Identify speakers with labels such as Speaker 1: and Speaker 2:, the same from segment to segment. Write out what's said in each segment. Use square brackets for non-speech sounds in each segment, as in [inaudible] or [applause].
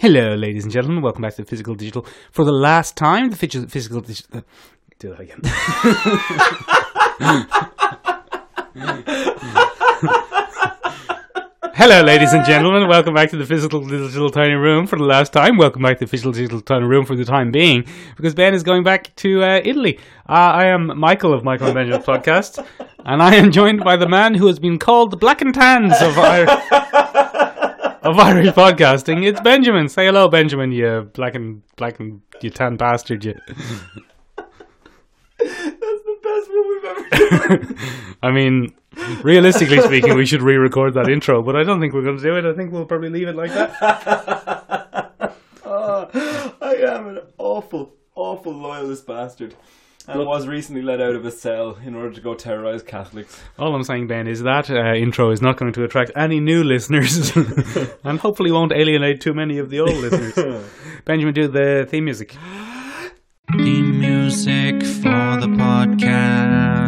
Speaker 1: Hello, ladies and gentlemen. Welcome back to the Physical Digital. For the last time, the Phys- Physical Digital. Do that again. Hello, ladies and gentlemen. Welcome back to the Physical Digital Tiny Room for the last time. Welcome back to the Physical Digital Tiny Room for the time being, because Ben is going back to uh, Italy. Uh, I am Michael of Michael and Benjamin's podcast, and I am joined by the man who has been called the Black and Tans of our of Irish podcasting. It's Benjamin. Say hello, Benjamin. You black and black and you tan bastard. You. [laughs]
Speaker 2: That's the best one we've ever done.
Speaker 1: [laughs] I mean, realistically speaking, we should re-record that intro, but I don't think we're going to do it. I think we'll probably leave it like that.
Speaker 2: Oh, I am an awful, awful loyalist bastard. And was recently let out of a cell in order to go
Speaker 1: [laughs]
Speaker 2: terrorize Catholics.
Speaker 1: All I'm saying, Ben, is that uh, intro is not going to attract any new listeners, [laughs] and hopefully won't alienate too many of the old
Speaker 2: [laughs]
Speaker 1: listeners. Benjamin, do the theme music.
Speaker 3: theme music for the podcast.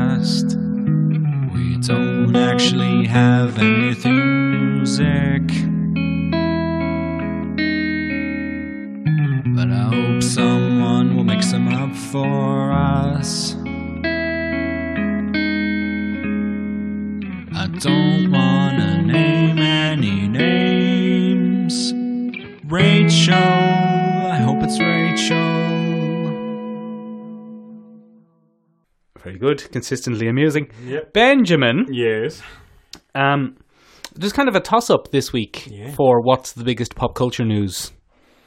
Speaker 3: We don't actually have any theme music. But I hope someone will make some up for us. I don't wanna name any names. Rachel, I hope it's Rachel.
Speaker 1: Very good, consistently amusing.
Speaker 2: Yep.
Speaker 1: Benjamin.
Speaker 2: Yes.
Speaker 1: Um, there's kind of a toss up this week
Speaker 2: Yeah.
Speaker 1: for what's the biggest pop culture news.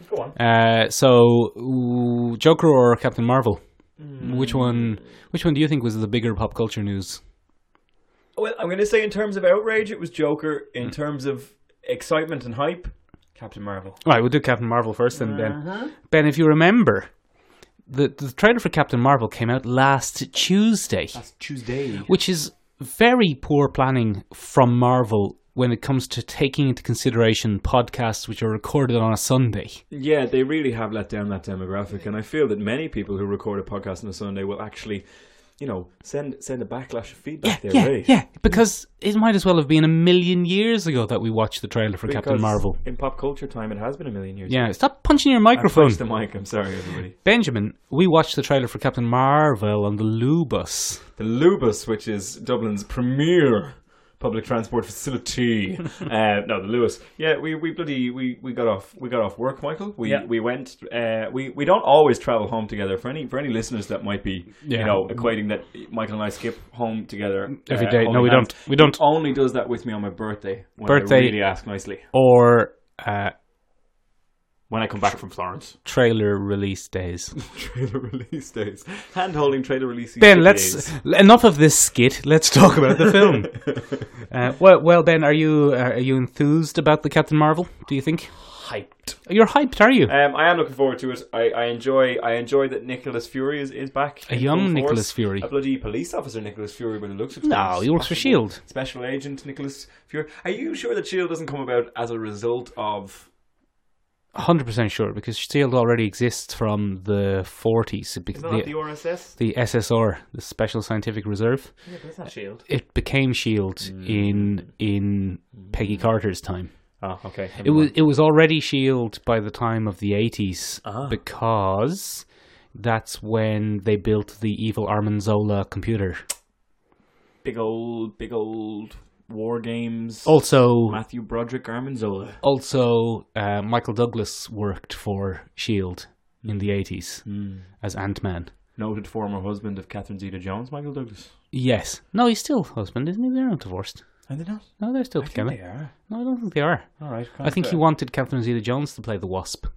Speaker 2: Go on.
Speaker 1: Uh, so, ooh, Joker or Captain Marvel?
Speaker 2: Hmm.
Speaker 1: Which one? Which one do you think was the bigger pop culture news?
Speaker 2: Well, I'm going to say in terms of outrage, it was Joker.
Speaker 1: Mm.
Speaker 2: In terms of excitement and hype, Captain Marvel.
Speaker 1: All right, we'll do Captain Marvel first, and
Speaker 2: Uh-huh.
Speaker 1: Ben. Ben, if you remember, the the trailer for Captain Marvel came out last Tuesday,
Speaker 2: That's Tuesday.
Speaker 1: which is very poor planning from Marvel when it comes to taking into consideration podcasts which are recorded on a Sunday.
Speaker 2: Yeah, they really have let down that demographic, and I feel that many people who record a podcast on a Sunday will actually, you know, send send a backlash of feedback their
Speaker 1: yeah,
Speaker 2: way.
Speaker 1: yeah, because it might as well have been a million years ago that we watched the trailer for Captain
Speaker 2: Because
Speaker 1: Marvel.
Speaker 2: In pop culture time, it has been a million years.
Speaker 1: Yeah, stop punching your
Speaker 2: I
Speaker 1: microphone.
Speaker 2: punched the mic. I'm sorry, everybody.
Speaker 1: Benjamin, we watched the trailer for Captain Marvel on the Lou bus.
Speaker 2: The Lubus, which is Dublin's premier public
Speaker 1: [laughs]
Speaker 2: transport facility. uh, no, the Lewis. Yeah, we, we bloody we, we got off we got off work, Michael. We
Speaker 1: Yeah.
Speaker 2: we went. Uh, we we don't always travel home together. For any for any listeners that might be
Speaker 1: Yeah.
Speaker 2: you know equating that Michael and I skip home together
Speaker 1: Every
Speaker 2: uh,
Speaker 1: day. No,
Speaker 2: holding
Speaker 1: we
Speaker 2: hands.
Speaker 1: don't. We don't.
Speaker 2: He only does that with me on my birthday. When
Speaker 1: Birthday.
Speaker 2: I really ask nicely
Speaker 1: Or uh,
Speaker 2: when I come back
Speaker 1: [laughs]
Speaker 2: from Florence.
Speaker 1: trailer release days.
Speaker 2: [laughs] trailer release days. Hand holding trailer release days.
Speaker 1: ben, let's
Speaker 2: [laughs]
Speaker 1: enough of this skit. Let's talk about the film. uh, well, well, Ben, are you uh, are you enthused about the Captain Marvel? Do you think
Speaker 2: hyped.
Speaker 1: you're hyped? Are you?
Speaker 2: Um, I am looking forward to it. I, I enjoy I enjoy that Nicholas Fury is, is back.
Speaker 1: A
Speaker 2: in
Speaker 1: young
Speaker 2: full force.
Speaker 1: Nicolas Fury.
Speaker 2: A bloody police officer Nicholas Fury by the looks of things.
Speaker 1: no, he works for
Speaker 2: Possible.
Speaker 1: Shield.
Speaker 2: Special agent Nicholas Fury. Are you sure that Shield E doesn't come about as a result of
Speaker 1: hundred percent sure because Shield already exists from the forties.
Speaker 2: is that not the
Speaker 1: The,
Speaker 2: RSS?
Speaker 1: the SSR, the Special Scientific Reserve,
Speaker 2: Yeah, but it's not Shield.
Speaker 1: it became Shield E
Speaker 2: Mm.
Speaker 1: in in Peggy Carter's time.
Speaker 2: Oh, okay.
Speaker 1: It was it was already Shield E by the time of the 80s
Speaker 2: Ah.
Speaker 1: because that's when they built the evil Armanzola computer.
Speaker 2: big old big old war games.
Speaker 1: Oh. Also,
Speaker 2: Matthew Broderick Armanzola.
Speaker 1: also uh, Michael Douglas worked for Shield E in the 80s
Speaker 2: Mm.
Speaker 1: as Ant Man.
Speaker 2: Noted former husband of Catherine Zeta Jones, Michael Douglas.
Speaker 1: Yes, no, he's still husband, isn't he? They're not divorced.
Speaker 2: Are they not?
Speaker 1: No, they're still
Speaker 2: I think
Speaker 1: together.
Speaker 2: they are.
Speaker 1: No, I don't think they are.
Speaker 2: All right.
Speaker 1: I think he wanted Catherine Zeta-Jones to play the Wasp.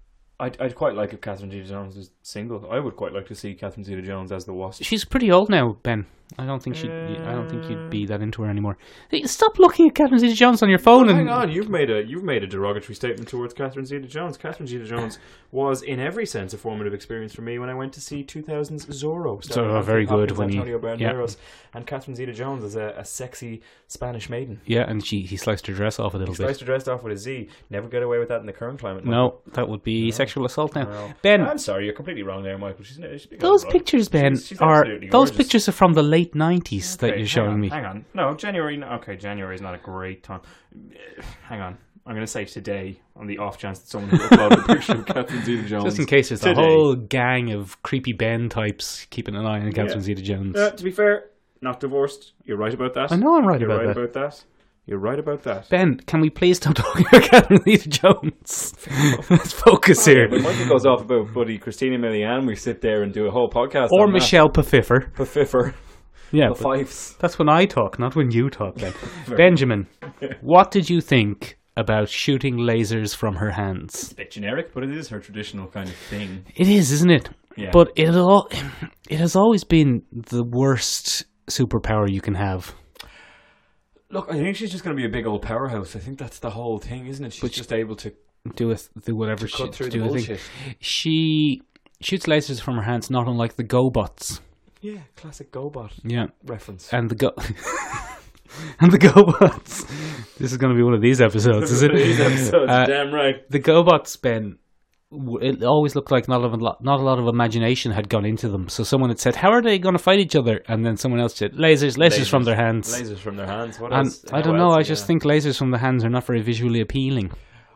Speaker 2: I'd, I'd quite like if Catherine Zeta Jones was single. I would quite like to see Catherine Zeta Jones as the Wasp.
Speaker 1: She's pretty old now, Ben. I don't think she. I don't think you'd be that into her anymore. Hey, Stop looking at Catherine Zeta-Jones on your phone.
Speaker 2: [laughs] Hang
Speaker 1: and
Speaker 2: on, you've made a you've made a derogatory statement towards Catherine Zeta Jones. Catherine Zeta [laughs] Jones was, in every sense, a formative experience for me when I went to see 2000's Zorro. starring
Speaker 1: Zorro,
Speaker 2: Anthony
Speaker 1: very good
Speaker 2: Hopkins,
Speaker 1: when he-
Speaker 2: Antonio
Speaker 1: yeah.
Speaker 2: Banderas, and Catherine Zeta Jones as a, a sexy Spanish maiden.
Speaker 1: Yeah, and she he sliced her dress off a little bit.
Speaker 2: Sliced her dressed off with a Z. Never get away with that in the current climate. Michael.
Speaker 1: No, that would be sexual assault now.
Speaker 2: No.
Speaker 1: Ben,
Speaker 2: I'm sorry, you're completely wrong there, Michael. She's, she's big
Speaker 1: those
Speaker 2: old broad.
Speaker 1: pictures, Ben,
Speaker 2: She's- she's
Speaker 1: are
Speaker 2: absolutely
Speaker 1: those
Speaker 2: gorgeous.
Speaker 1: pictures are from the late '90s that
Speaker 2: Okay,
Speaker 1: you're
Speaker 2: hang
Speaker 1: showing
Speaker 2: on,
Speaker 1: me.
Speaker 2: Hang on. No, January. no, Okay, January is not a great time. Hang on. I'm going to say today, on the off chance that someone will upload
Speaker 1: [laughs]
Speaker 2: a picture of Captain Zeta Jones.
Speaker 1: Just in case there's
Speaker 2: today.
Speaker 1: a whole gang of creepy Ben types keeping an eye on Captain
Speaker 2: Yeah.
Speaker 1: Zeta Jones.
Speaker 2: Uh, to be fair, not divorced. You're right about that.
Speaker 1: I know I'm right
Speaker 2: You're
Speaker 1: about
Speaker 2: right
Speaker 1: that.
Speaker 2: about that. You're right about that.
Speaker 1: Ben, can we please stop [laughs] talking about Captain Zeta Jones? Let's focus here.
Speaker 2: When Michael goes off about buddy Christina Milian, we sit there and do a whole podcast.
Speaker 1: Or
Speaker 2: on [laughs] that.
Speaker 1: Michelle Pfeiffer.
Speaker 2: The Fiffer.
Speaker 1: Yeah, [laughs] but
Speaker 2: The Fives.
Speaker 1: that's when I talk, not when you
Speaker 2: [laughs]
Speaker 1: talk. Ben. Benjamin, what did you think about shooting lasers from her hands?
Speaker 2: A bit generic, but it is her traditional kind of thing.
Speaker 1: It is, isn't it?
Speaker 2: Yeah.
Speaker 1: But it all it has always been the worst superpower you can have.
Speaker 2: Look, I think she's just going to be a big old powerhouse. I think that's the whole thing, isn't it? She's just able to
Speaker 1: Do with do whatever she
Speaker 2: cut through
Speaker 1: do
Speaker 2: the
Speaker 1: a thing.
Speaker 2: bullshit.
Speaker 1: She shoots lasers from her hands, not unlike the GoBots.
Speaker 2: Yeah, classic GoBot
Speaker 1: Yeah,
Speaker 2: reference.
Speaker 1: and the Go [laughs] and the GoBots. This is going to be one of these episodes, is it?
Speaker 2: [laughs]
Speaker 1: [laughs]
Speaker 2: These episodes,
Speaker 1: Uh,
Speaker 2: damn right.
Speaker 1: the GoBots, Ben. w- It always looked like not a lot, not a lot of imagination had gone into them. So someone had said, "How are they going to fight each other?" And then someone else said, "Lasers, lasers, from their hands."
Speaker 2: Lasers from their hands. What
Speaker 1: And
Speaker 2: else?
Speaker 1: I
Speaker 2: How
Speaker 1: don't know.
Speaker 2: else?
Speaker 1: I just
Speaker 2: Yeah.
Speaker 1: think lasers from the hands are not very visually appealing.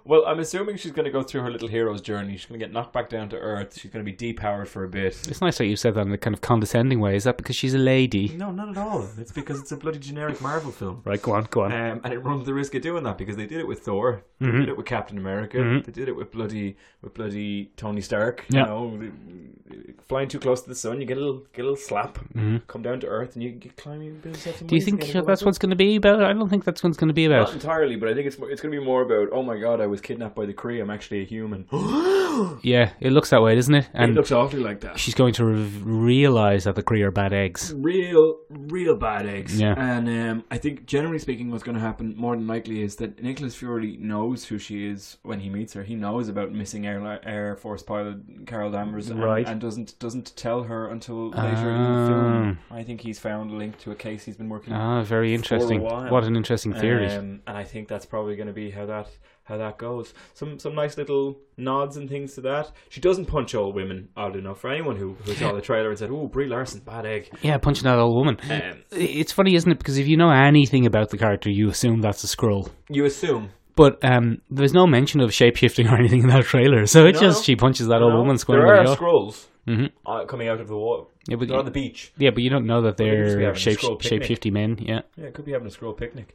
Speaker 2: Well, I'm assuming she's going to go through her little hero's journey. She's going to get knocked back down to earth. She's going to be depowered for a bit.
Speaker 1: It's nice that you said that in a kind of condescending way. Is that because she's a lady?
Speaker 2: No, not at all. It's because it's a bloody generic Marvel film.
Speaker 1: Right, go on, go on.
Speaker 2: Um, and it runs the risk of doing that because they did it with Thor, they
Speaker 1: Mm-hmm.
Speaker 2: did it with Captain America, they did it with bloody with bloody Tony Stark.
Speaker 1: Yeah.
Speaker 2: You know, the- flying too close to the sun, you get a little get a little slap, come down to earth, and you get climbing.
Speaker 1: Mm-hmm. Do you think that's what's going to be about? I don't think that's what it's going to be
Speaker 2: Not
Speaker 1: about.
Speaker 2: entirely, but I think it's more, it's going to be more about oh my god, I was kidnapped by the Kree. I'm actually a human. [gasps]
Speaker 1: Yeah, it looks that way, doesn't it?
Speaker 2: it
Speaker 1: And
Speaker 2: looks awfully like that.
Speaker 1: she's going to re- realize that the Kree are bad eggs.
Speaker 2: real, real bad eggs.
Speaker 1: Yeah.
Speaker 2: And um, I think, generally speaking, what's going to happen more than likely is that Nicholas Fury knows who she is when he meets her. He knows about missing Air, Air Force pilot Carol Danvers, and,
Speaker 1: Right.
Speaker 2: and doesn't doesn't tell her until later in the film. I think he's found a link to a case he's been working on.
Speaker 1: Ah, very interesting.
Speaker 2: while.
Speaker 1: What an interesting theory.
Speaker 2: Um, and I think that's probably going to be how that how that goes. Some some nice little nods and things to that. She doesn't punch all women, odd enough. For anyone who, who saw the trailer and said, "Oh, Brie Larson, bad egg."
Speaker 1: yeah, punching that old woman.
Speaker 2: Um,
Speaker 1: it's funny, isn't it? Because if you know anything about the character, you assume that's a scroll.
Speaker 2: you assume
Speaker 1: But um, there's no mention of shapeshifting [laughs] or anything in that trailer. So it's
Speaker 2: No.
Speaker 1: just she punches that old
Speaker 2: No,
Speaker 1: woman square
Speaker 2: There
Speaker 1: in
Speaker 2: are
Speaker 1: the eye.
Speaker 2: scrolls
Speaker 1: Mhm.
Speaker 2: uh, coming out of the water.
Speaker 1: Yeah, but
Speaker 2: They're on the beach.
Speaker 1: Yeah, but you don't know that
Speaker 2: they must be
Speaker 1: they're
Speaker 2: having a
Speaker 1: shape
Speaker 2: scroll picnic.
Speaker 1: shapeshifty men. Yeah,
Speaker 2: Yeah, could be having a scroll picnic.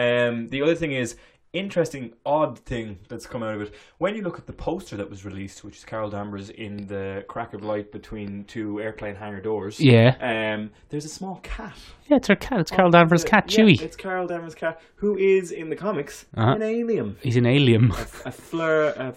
Speaker 2: Um, the other thing is interesting, odd thing that's come out of it. When you look at the poster that was released, which is Carol Danvers in the crack of light between two airplane hangar doors.
Speaker 1: yeah,
Speaker 2: Um, there's a small cat.
Speaker 1: yeah. It's her cat. It's Carol Danvers'
Speaker 2: Uh,
Speaker 1: cat,
Speaker 2: yeah,
Speaker 1: Chewie.
Speaker 2: It's Carol Danvers' cat, who is in the comics
Speaker 1: Uh-huh.
Speaker 2: an alien,
Speaker 1: He's an alien, [laughs]
Speaker 2: a fleur, a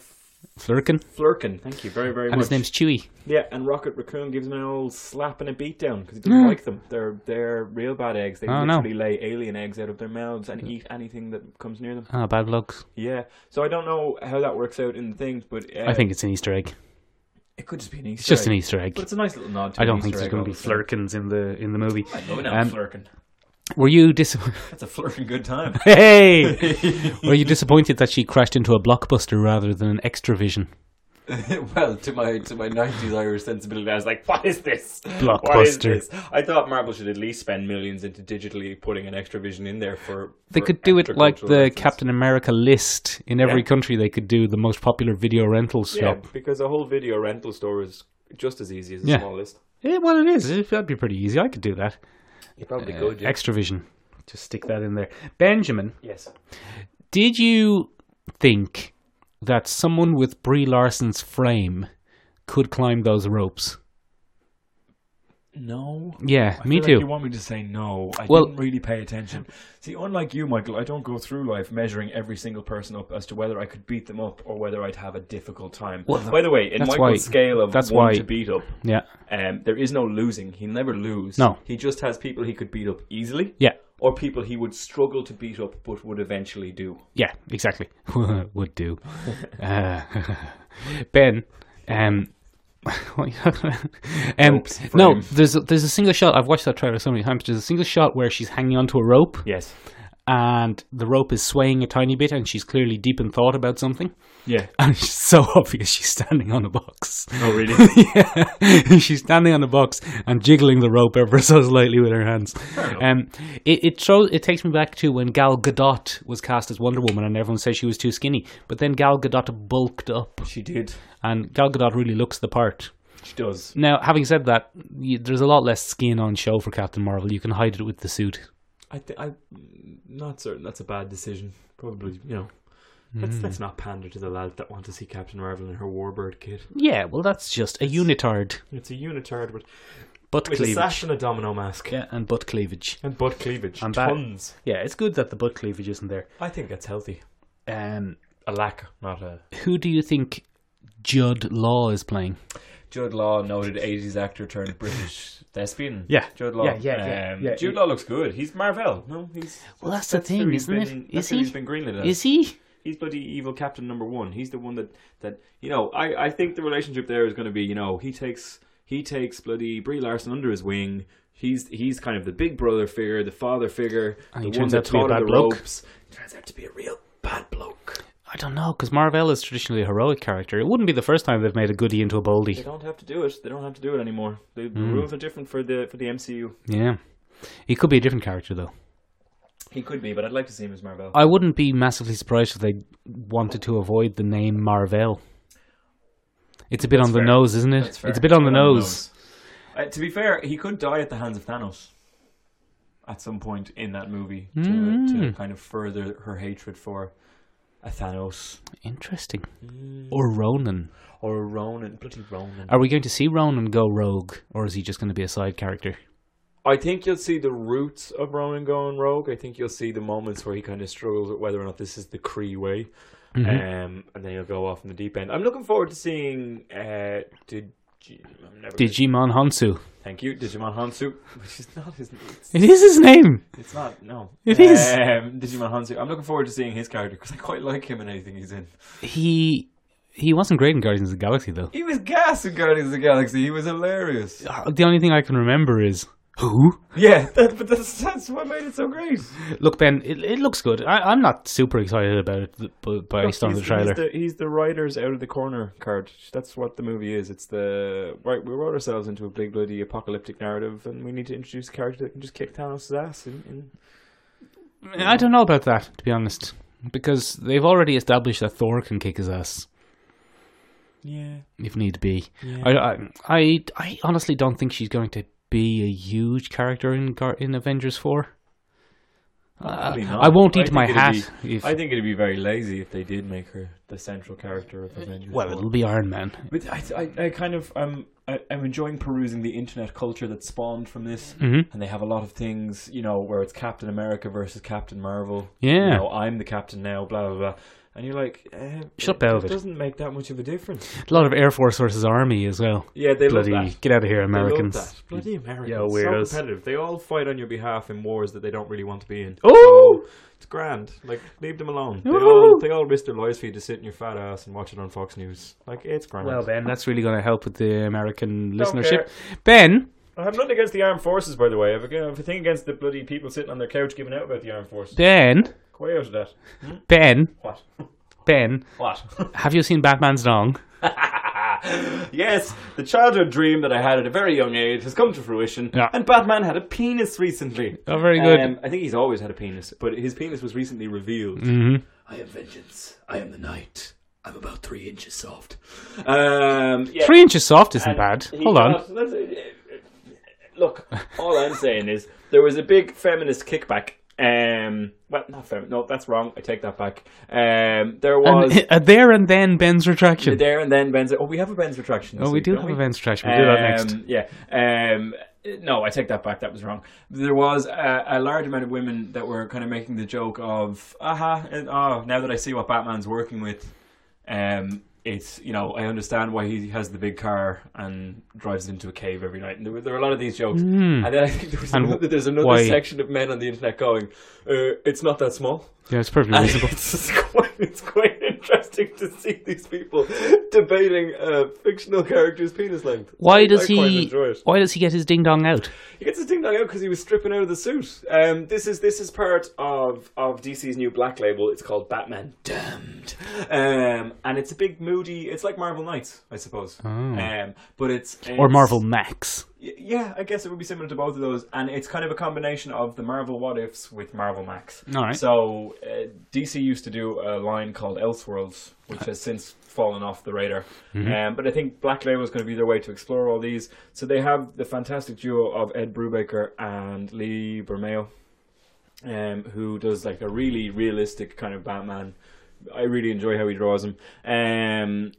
Speaker 1: Flurkin,
Speaker 2: flurkin. Thank you very very
Speaker 1: and
Speaker 2: much.
Speaker 1: his name's Chewie.
Speaker 2: Yeah, and Rocket Raccoon gives him an old slap and a beat down because he doesn't like them. They're they're real bad eggs. They
Speaker 1: Hmm. Oh, no.
Speaker 2: literally lay alien eggs out of their mouths and eat anything that comes near them.
Speaker 1: Ah, bad luck.
Speaker 2: Yeah, so I don't know how that works out in the things, but uh,
Speaker 1: I think it's an Easter egg.
Speaker 2: it could just be an Easter.
Speaker 1: It's just
Speaker 2: egg.
Speaker 1: an Easter egg.
Speaker 2: But it's a nice little nod. to
Speaker 1: I
Speaker 2: an
Speaker 1: don't
Speaker 2: Easter
Speaker 1: think there's
Speaker 2: egg
Speaker 1: going to be
Speaker 2: obviously.
Speaker 1: Flurkins in the in the movie.
Speaker 2: No, Oh, no,
Speaker 1: Um,
Speaker 2: flirking.
Speaker 1: Were you dis- [laughs]
Speaker 2: That's a flirking good time. [laughs]
Speaker 1: Hey, were you disappointed that she crashed into a blockbuster rather than an extravision?
Speaker 2: well, to my to my nineties Irish sensibility, I was like, "What is this? What is
Speaker 1: Blockbuster.
Speaker 2: this?" I thought Marvel should at least spend millions into digitally putting an extra vision in there for.
Speaker 1: They
Speaker 2: for
Speaker 1: could do it
Speaker 2: extra
Speaker 1: like
Speaker 2: cultural
Speaker 1: the
Speaker 2: reference.
Speaker 1: Captain America list in every
Speaker 2: Yeah.
Speaker 1: country. They could do the most popular video rental
Speaker 2: Yeah,
Speaker 1: shop.
Speaker 2: because a whole video rental store is just as easy as a
Speaker 1: Yeah.
Speaker 2: small list.
Speaker 1: Yeah, well, it is. It- Eh, That'd be pretty easy. I could do that.
Speaker 2: You probably
Speaker 1: Uh,
Speaker 2: could.
Speaker 1: Extravision. Just stick that in there. Benjamin,
Speaker 2: Yes.
Speaker 1: did you think that someone with Brie Larson's frame could climb those ropes?
Speaker 2: No.
Speaker 1: Yeah, me
Speaker 2: feel like
Speaker 1: too.
Speaker 2: you want me to say no? I
Speaker 1: Well-
Speaker 2: didn't really pay attention. See, unlike you, Michael, I don't go through life measuring every single person up as to whether I could beat them up or whether I'd have a difficult time. By the way, in
Speaker 1: that's
Speaker 2: Michael's
Speaker 1: why-
Speaker 2: scale of
Speaker 1: that's
Speaker 2: one
Speaker 1: why-
Speaker 2: to beat up,
Speaker 1: yeah,
Speaker 2: um, there is no losing. He never lose.
Speaker 1: No.
Speaker 2: he just has people he could beat up easily.
Speaker 1: yeah,
Speaker 2: Or people he would struggle to beat up, but would eventually do.
Speaker 1: yeah. Exactly. [laughs] Would
Speaker 2: [laughs]
Speaker 1: do. Uh, [laughs] ben, um. [laughs] what are you talking about? um,
Speaker 2: Ropes,
Speaker 1: no,
Speaker 2: frame.
Speaker 1: there's a, there's a single shot. I've watched that trailer so many times. There's a single shot where she's hanging onto a rope,
Speaker 2: Yes.
Speaker 1: and the rope is swaying a tiny bit, and she's clearly deep in thought about something. [laughs]
Speaker 2: Yeah.
Speaker 1: And it's so [laughs] obvious she's standing on a box.
Speaker 2: Oh, really?
Speaker 1: [laughs] yeah, [laughs] she's standing on a box and jiggling the rope ever so slightly with her hands. Um, it it throws it takes me back to when Gal Gadot was cast as Wonder Woman, and everyone said she was too skinny, but then Gal Gadot bulked up,
Speaker 2: she did.
Speaker 1: and Gal Gadot really looks the part.
Speaker 2: She does.
Speaker 1: Now, having said that, y there's a lot less skin on show for Captain Marvel. You can hide it with the suit.
Speaker 2: I th- I'm not certain that's a bad decision. Probably, you know.
Speaker 1: Hmm.
Speaker 2: Let's, let's not pander to the lads that want to see Captain Marvel in her Warbird kit.
Speaker 1: Yeah, well, that's just a unitard
Speaker 2: It's a unitard with,
Speaker 1: butt
Speaker 2: with a sash
Speaker 1: cleavage.
Speaker 2: and a domino mask.
Speaker 1: Yeah, and butt cleavage.
Speaker 2: And butt cleavage.
Speaker 1: And that-
Speaker 2: Tons.
Speaker 1: Yeah, it's good that the butt cleavage isn't there.
Speaker 2: I think that's healthy.
Speaker 1: Um,
Speaker 2: A lack, not a.
Speaker 1: who do you think Judd Law is playing?
Speaker 4: Jude Law, noted 80s actor turned British [laughs] thespian.
Speaker 1: Yeah.
Speaker 4: Jude Law.
Speaker 1: Yeah, yeah, yeah,
Speaker 4: Um,
Speaker 1: yeah.
Speaker 4: Jude Law looks good. He's Marvel. No, he's.
Speaker 1: Well, that's the
Speaker 4: who
Speaker 1: thing,
Speaker 4: he's
Speaker 1: isn't
Speaker 4: been,
Speaker 1: it? Is
Speaker 4: that's who He's
Speaker 1: he?
Speaker 4: been greenlit as.
Speaker 1: Is he?
Speaker 2: He's bloody evil captain number one. He's the one that that you know. I I think the relationship there is going to be you know he takes he takes bloody Brie Larson under his wing. He's he's kind of the big brother figure, the father figure,
Speaker 1: And
Speaker 2: the
Speaker 1: Oh, he
Speaker 2: one
Speaker 1: turns
Speaker 2: that
Speaker 1: out to be a
Speaker 2: taught her
Speaker 1: bad
Speaker 2: the
Speaker 1: bloke.
Speaker 2: ropes. Turns out to be a real bad bloke.
Speaker 1: I don't know, because Marvel is traditionally a heroic character. It wouldn't be the first time they've made a goody into a
Speaker 2: They
Speaker 1: boldy.
Speaker 2: don't have to do it. They don't have to do it anymore. The, the
Speaker 1: Hmm.
Speaker 2: rules are different for the for the MCU.
Speaker 1: Yeah. He could be a different character, though.
Speaker 2: He could be, but I'd like to see him as Marvel.
Speaker 1: I wouldn't be massively surprised if they wanted to avoid the name Marvel. It's a bit on the
Speaker 2: fair.
Speaker 1: nose, isn't it?
Speaker 2: That's fair.
Speaker 1: It's a bit on the nose.
Speaker 2: Uh, to be fair, he could die at the hands of Thanos at some point in that movie to,
Speaker 1: Hmm.
Speaker 2: to kind of further her hatred for a Thanos
Speaker 1: Interesting. Or Ronan.
Speaker 2: or a Ronan, bloody Ronan.
Speaker 1: Are we going to see Ronan go rogue, or is he just going to be a side character?
Speaker 2: I think you'll see the roots of Ronan going rogue. I think you'll see the moments where he kind of struggles with whether or not this is the Cree way,
Speaker 1: Mm-hmm.
Speaker 2: um, and then he'll go off in the deep end. I'm looking forward to seeing. Uh, did I'm never gonna-
Speaker 1: Digimon Hansu.
Speaker 2: Thank you, Digimon Hansu, [laughs] which is not his. It's,
Speaker 1: It is his name.
Speaker 2: It's not. No,
Speaker 1: It is.
Speaker 2: Um, Digimon Hansu. I'm looking forward to seeing his character because I quite like him in anything he's in.
Speaker 1: He he wasn't great in Guardians of the Galaxy though.
Speaker 2: He was gas in Guardians of the Galaxy. He was hilarious.
Speaker 1: The only thing I can remember is who.
Speaker 2: Yeah, [laughs] that, but that's, that's what made it so great.
Speaker 1: Look, Ben, it, it looks good. I, I'm not super excited about it, but based on the trailer,
Speaker 2: He's the, he's the writer's out of the corner card. That's what the movie is. It's the right. We wrote ourselves into a big bloody apocalyptic narrative, and we need to introduce a character that can just kick Thanos' ass. In, in...
Speaker 1: I don't know about that to be honest, because they've already established that Thor can kick his ass
Speaker 2: Yeah.
Speaker 1: if need be.
Speaker 2: Yeah.
Speaker 1: I, I, I, I honestly don't think she's going to be a huge character in Gar- in Avengers Four. Uh,
Speaker 2: Probably not.
Speaker 1: I won't
Speaker 2: I
Speaker 1: eat
Speaker 2: think
Speaker 1: my
Speaker 2: it'd
Speaker 1: hat.
Speaker 2: be-
Speaker 1: if,
Speaker 2: I think it'd be very lazy if they did make her the central character of Avengers.
Speaker 1: well,
Speaker 2: Four.
Speaker 1: it'll be Iron Man.
Speaker 2: But I, I, I kind of I'm I, I'm enjoying perusing the internet culture that spawned from this,
Speaker 1: Mhm.
Speaker 2: and they have a lot of things you know where it's Captain America versus Captain Marvel.
Speaker 1: Yeah.
Speaker 2: you know, I'm the captain now, blah blah blah, and you're like, eh,
Speaker 1: Shut
Speaker 2: it,
Speaker 1: up,
Speaker 2: it
Speaker 1: Elvis.
Speaker 2: doesn't make that much of a difference.
Speaker 1: A lot of Air Force versus Army as well.
Speaker 2: Yeah, they
Speaker 1: Bloody
Speaker 2: love that.
Speaker 1: get out of here,
Speaker 2: They love
Speaker 1: Americans!
Speaker 2: that. Bloody Americans.
Speaker 1: Yeah,
Speaker 2: so
Speaker 1: weirdos.
Speaker 2: competitive. They all fight on your behalf in wars that they don't really want to be in.
Speaker 1: Oh!
Speaker 2: So, it's grand. Like, leave them alone. They
Speaker 1: Woo-hoo!
Speaker 2: all, they all risk their lives for you to sit in your fat ass and watch it on Fox News. Like, it's grand.
Speaker 1: Well, Ben, that's really going to help with the American
Speaker 2: Don't
Speaker 1: listenership. Ben,
Speaker 2: I have nothing against the armed forces, by the way. I have a, I have a thing against the bloody people sitting on their couch giving out about the armed forces.
Speaker 1: Ben,
Speaker 2: Quite out of that.
Speaker 1: Ben,
Speaker 2: Hmm? What?
Speaker 1: Ben,
Speaker 2: What?
Speaker 1: [laughs] have you seen Batman's
Speaker 2: [laughs]
Speaker 1: Dong?
Speaker 2: [laughs] yes, the childhood dream that I had at a very young age has come to fruition.
Speaker 1: Yeah.
Speaker 2: And Batman had a penis recently.
Speaker 1: Oh, very good.
Speaker 2: Um, I think he's always had a penis, but his penis was recently revealed.
Speaker 1: Mm-hmm.
Speaker 4: I have vengeance. I am the knight. I'm about three inches soft.
Speaker 2: Um, yeah,
Speaker 1: Three inches soft isn't
Speaker 2: and
Speaker 1: bad.
Speaker 2: he
Speaker 1: Hold on.
Speaker 2: got- let's- Look, all I'm saying is there was a big feminist kickback. Um, well, not fem. No, that's wrong. I take that back. Um, there was
Speaker 1: [laughs] And, uh, there and then Ben's retraction.
Speaker 2: there and then Ben's. Oh, we have a Ben's retraction. this
Speaker 1: Oh, we
Speaker 2: week,
Speaker 1: do
Speaker 2: don't
Speaker 1: have
Speaker 2: we?
Speaker 1: a Ben's retraction. We'll do that next.
Speaker 2: Um, Yeah. Um, no, I take that back. That was wrong. There was a, a large amount of women that were kind of making the joke of, aha, and, oh, now that I see what Batman's working with, um, it's, you know, I understand why he has the big car and drives into a cave every night. And there were, there were a lot of these jokes. And then I think there was
Speaker 1: Hmm. And
Speaker 2: another, there's another
Speaker 1: why-
Speaker 2: section of men on the internet going, uh, it's not that small. [laughs]
Speaker 1: Yeah, it's perfectly
Speaker 2: And
Speaker 1: reasonable.
Speaker 2: it's, quite, it's quite interesting to see these people debating a fictional character's penis length.
Speaker 1: Why does
Speaker 2: I Quite
Speaker 1: he?
Speaker 2: enjoy it.
Speaker 1: Why does he get his ding dong out?
Speaker 2: He gets his ding dong out because he was stripping out of the suit. Um, this is this is part of of DC's new black label. It's called Batman Damned, um, and it's a big moody. It's like Marvel Knights, I suppose. Um, but it's,
Speaker 1: Oh. Or
Speaker 2: it's-
Speaker 1: Marvel Max?
Speaker 2: y- Yeah, I guess it would be similar to both of those, and it's kind of a combination of the Marvel What Ifs with Marvel Max.
Speaker 1: All right.
Speaker 2: So uh, DC used to do a line called Elseworlds, which has since fallen off the radar. Um, but I think Black Label is going to be their way to explore all these. So they have the fantastic duo of Ed Brubaker and Lee Bermeo, um, who does like a really realistic kind of Batman. I really enjoy how he draws him. Um,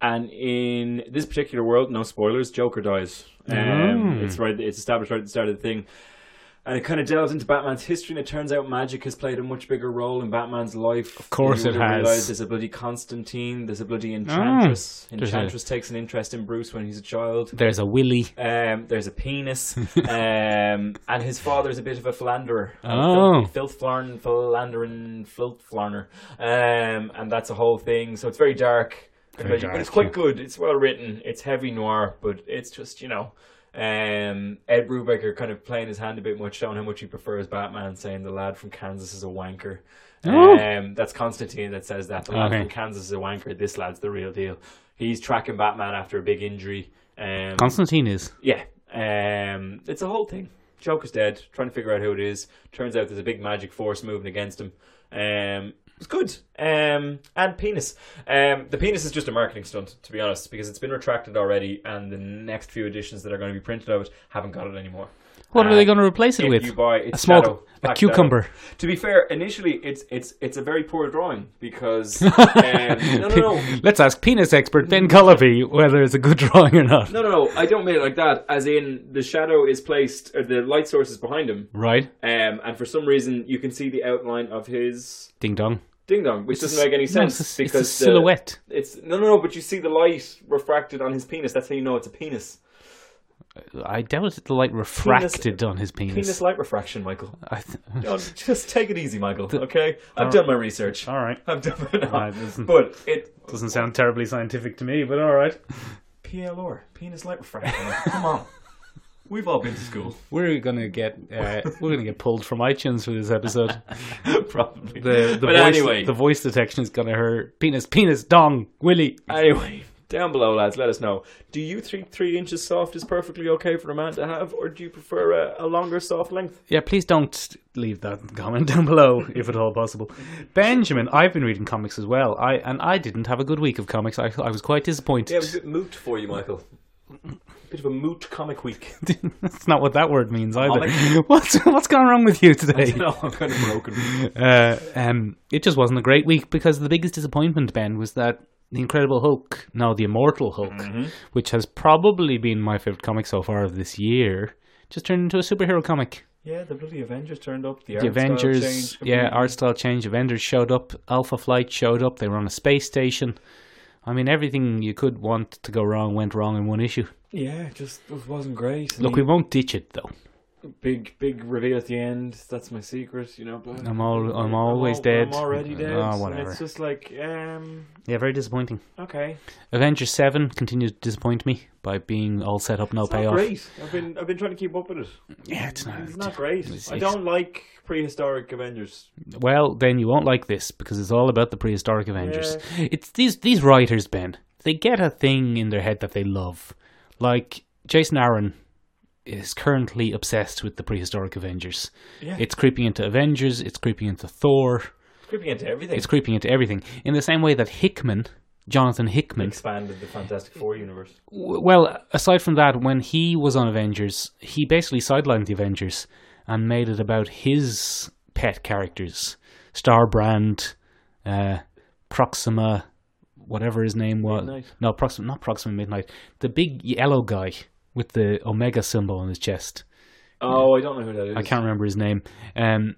Speaker 2: and in this particular world, no spoilers, Joker dies. Um,
Speaker 1: Mm.
Speaker 2: It's right. It's established right at the start of the thing. And it kind of delves into Batman's history, and it turns out magic has played a much bigger role in Batman's life. Of
Speaker 1: course it has. Mm.
Speaker 2: There's a bloody Constantine. There's a bloody Enchantress.
Speaker 1: a-
Speaker 2: Enchantress takes an interest in Bruce when he's a child.
Speaker 1: There's a Willy.
Speaker 2: Um, there's
Speaker 1: [laughs]
Speaker 2: a penis, um, and his father's a bit of a philanderer, a
Speaker 1: Oh.
Speaker 2: filth flarn, philandering, filth flarner, um, and that's a whole thing. So it's very dark,
Speaker 1: Very
Speaker 2: but
Speaker 1: dark,
Speaker 2: it's quite
Speaker 1: yeah.
Speaker 2: good. It's well written. It's heavy noir, but it's just you know, um, Ed Brubaker kind of playing his hand a bit much, showing how much he prefers Batman, saying the lad from Kansas is a wanker.
Speaker 1: Oh.
Speaker 2: Um, that's Constantine that says that. The lad
Speaker 1: Okay.
Speaker 2: from Kansas is a wanker. This lad's the real deal. He's tracking Batman after a big injury. Um,
Speaker 1: Constantine is.
Speaker 2: yeah. Um, it's a whole thing. Joker's dead, trying to figure out who it is. Turns out there's a big magic force moving against him. Um, it's good. Um, and penis. Um, the penis is just a marketing stunt, to be honest, because it's been retracted already, and the next few editions that are going to be printed of it haven't got it anymore.
Speaker 1: What are
Speaker 2: Uh,
Speaker 1: they going to replace it
Speaker 2: if
Speaker 1: with?
Speaker 2: you buy it's
Speaker 1: a small,
Speaker 2: Shadow,
Speaker 1: a
Speaker 2: Black
Speaker 1: cucumber.
Speaker 2: Shadow. To be fair, initially it's it's it's a very poor drawing
Speaker 1: [laughs]
Speaker 2: because um, [laughs] no no no
Speaker 1: Let's ask penis expert Ben Cullaby whether it's a good [laughs] drawing or not.
Speaker 2: no no no I don't mean it like that. As in the shadow is placed or the light source is behind him,
Speaker 1: Right?
Speaker 2: Um, and for some reason, you can see the outline of his
Speaker 1: Ding dong.
Speaker 2: ding dong, which doesn't make any
Speaker 1: No, [laughs] it's,
Speaker 2: sense
Speaker 1: a, it's a
Speaker 2: because the-
Speaker 1: silhouette.
Speaker 2: it's no, no, no. But you see the light refracted on his penis. That's how you know it's a penis.
Speaker 1: I doubt it. The light refracted on his penis.
Speaker 2: Penis light refraction,
Speaker 1: [laughs]
Speaker 2: Michael.
Speaker 1: I th-
Speaker 2: No, [laughs] just take it easy, Michael. Okay, I've done my research.
Speaker 1: all right.
Speaker 2: I've done my
Speaker 1: Alright, listen.
Speaker 2: but it
Speaker 1: Doesn't sound terribly scientific to me, but all right.
Speaker 2: PLR penis light refraction.
Speaker 1: [laughs]
Speaker 2: Come on, we've all been to school, [laughs]
Speaker 1: We're gonna get uh, we're gonna get pulled from iTunes for this episode. [laughs]
Speaker 2: probably.
Speaker 1: The, the
Speaker 2: but
Speaker 1: voice,
Speaker 2: anyway,
Speaker 1: the voice detection is gonna hurt penis, penis, dong, willy.
Speaker 2: [laughs] Anyway, down below, lads, let us know. Do you think three inches soft is perfectly okay for a man to have, or do you prefer a, a longer soft length?
Speaker 1: Yeah, please don't leave that comment [laughs] down below, if at all possible. Benjamin, I've been reading comics as well. I and I didn't have a good week of comics. I, I was quite
Speaker 2: Yeah,
Speaker 1: disappointed.
Speaker 2: a bit moot for you, Michael. Bit of a moot comic week.
Speaker 1: [laughs] That's not what that word means either. [laughs] What's what's gone wrong with you today?
Speaker 2: [laughs] no, I'm kind of broken.
Speaker 1: Uh, um, it just wasn't a great week because the biggest disappointment, Ben, was that the Incredible Hulk, now the Immortal Hulk, which has probably been my favorite comic so far of this year, just turned into a superhero comic.
Speaker 2: Yeah, the bloody Avengers turned up. The,
Speaker 1: The
Speaker 2: art style
Speaker 1: Avengers,
Speaker 2: changed
Speaker 1: yeah,
Speaker 2: completely.
Speaker 1: art style change. Avengers showed up. Alpha Flight showed up. They were on a space station. I mean, everything you could want to go wrong went wrong in one issue.
Speaker 2: yeah, it just it wasn't great. I
Speaker 1: Look, we
Speaker 2: mean,
Speaker 1: won't ditch it though.
Speaker 2: big big reveal at the end. That's my secret, you know. Blah,
Speaker 1: I'm all, I'm always dead.
Speaker 2: I'm already dead.
Speaker 1: Oh,
Speaker 2: And
Speaker 1: whatever.
Speaker 2: it's just like, um,
Speaker 1: Yeah, very disappointing.
Speaker 2: okay.
Speaker 1: Avengers Seven continues to disappoint me by being all set up, no
Speaker 2: It's not
Speaker 1: payoff.
Speaker 2: great. I've been I've been trying to keep up with it.
Speaker 1: Yeah, it's not.
Speaker 2: It's not great.
Speaker 1: It's-
Speaker 2: I
Speaker 1: it's-
Speaker 2: don't like prehistoric Avengers.
Speaker 1: Well, then you won't like this because it's all about the prehistoric Avengers. It's these these writers, Ben. They get a thing in their head that they love. Like Jason Aaron is currently obsessed with the prehistoric Avengers.
Speaker 2: Yeah.
Speaker 1: It's creeping into Avengers. It's creeping into Thor.
Speaker 2: It's creeping into everything.
Speaker 1: It's creeping into everything. In the same way that Hickman, Jonathan Hickman,
Speaker 2: expanded the Fantastic Four universe.
Speaker 1: W- Well, aside from that, when he was on Avengers, he basically sidelined the Avengers and made it about his pet characters, Starbrand, uh, Proxima, whatever his name was.
Speaker 2: Midnight.
Speaker 1: No, Proxima, not Proxima Midnight. The big yellow guy with the Omega symbol on his chest.
Speaker 2: Oh, I don't know who that is.
Speaker 1: I can't remember his name. Um,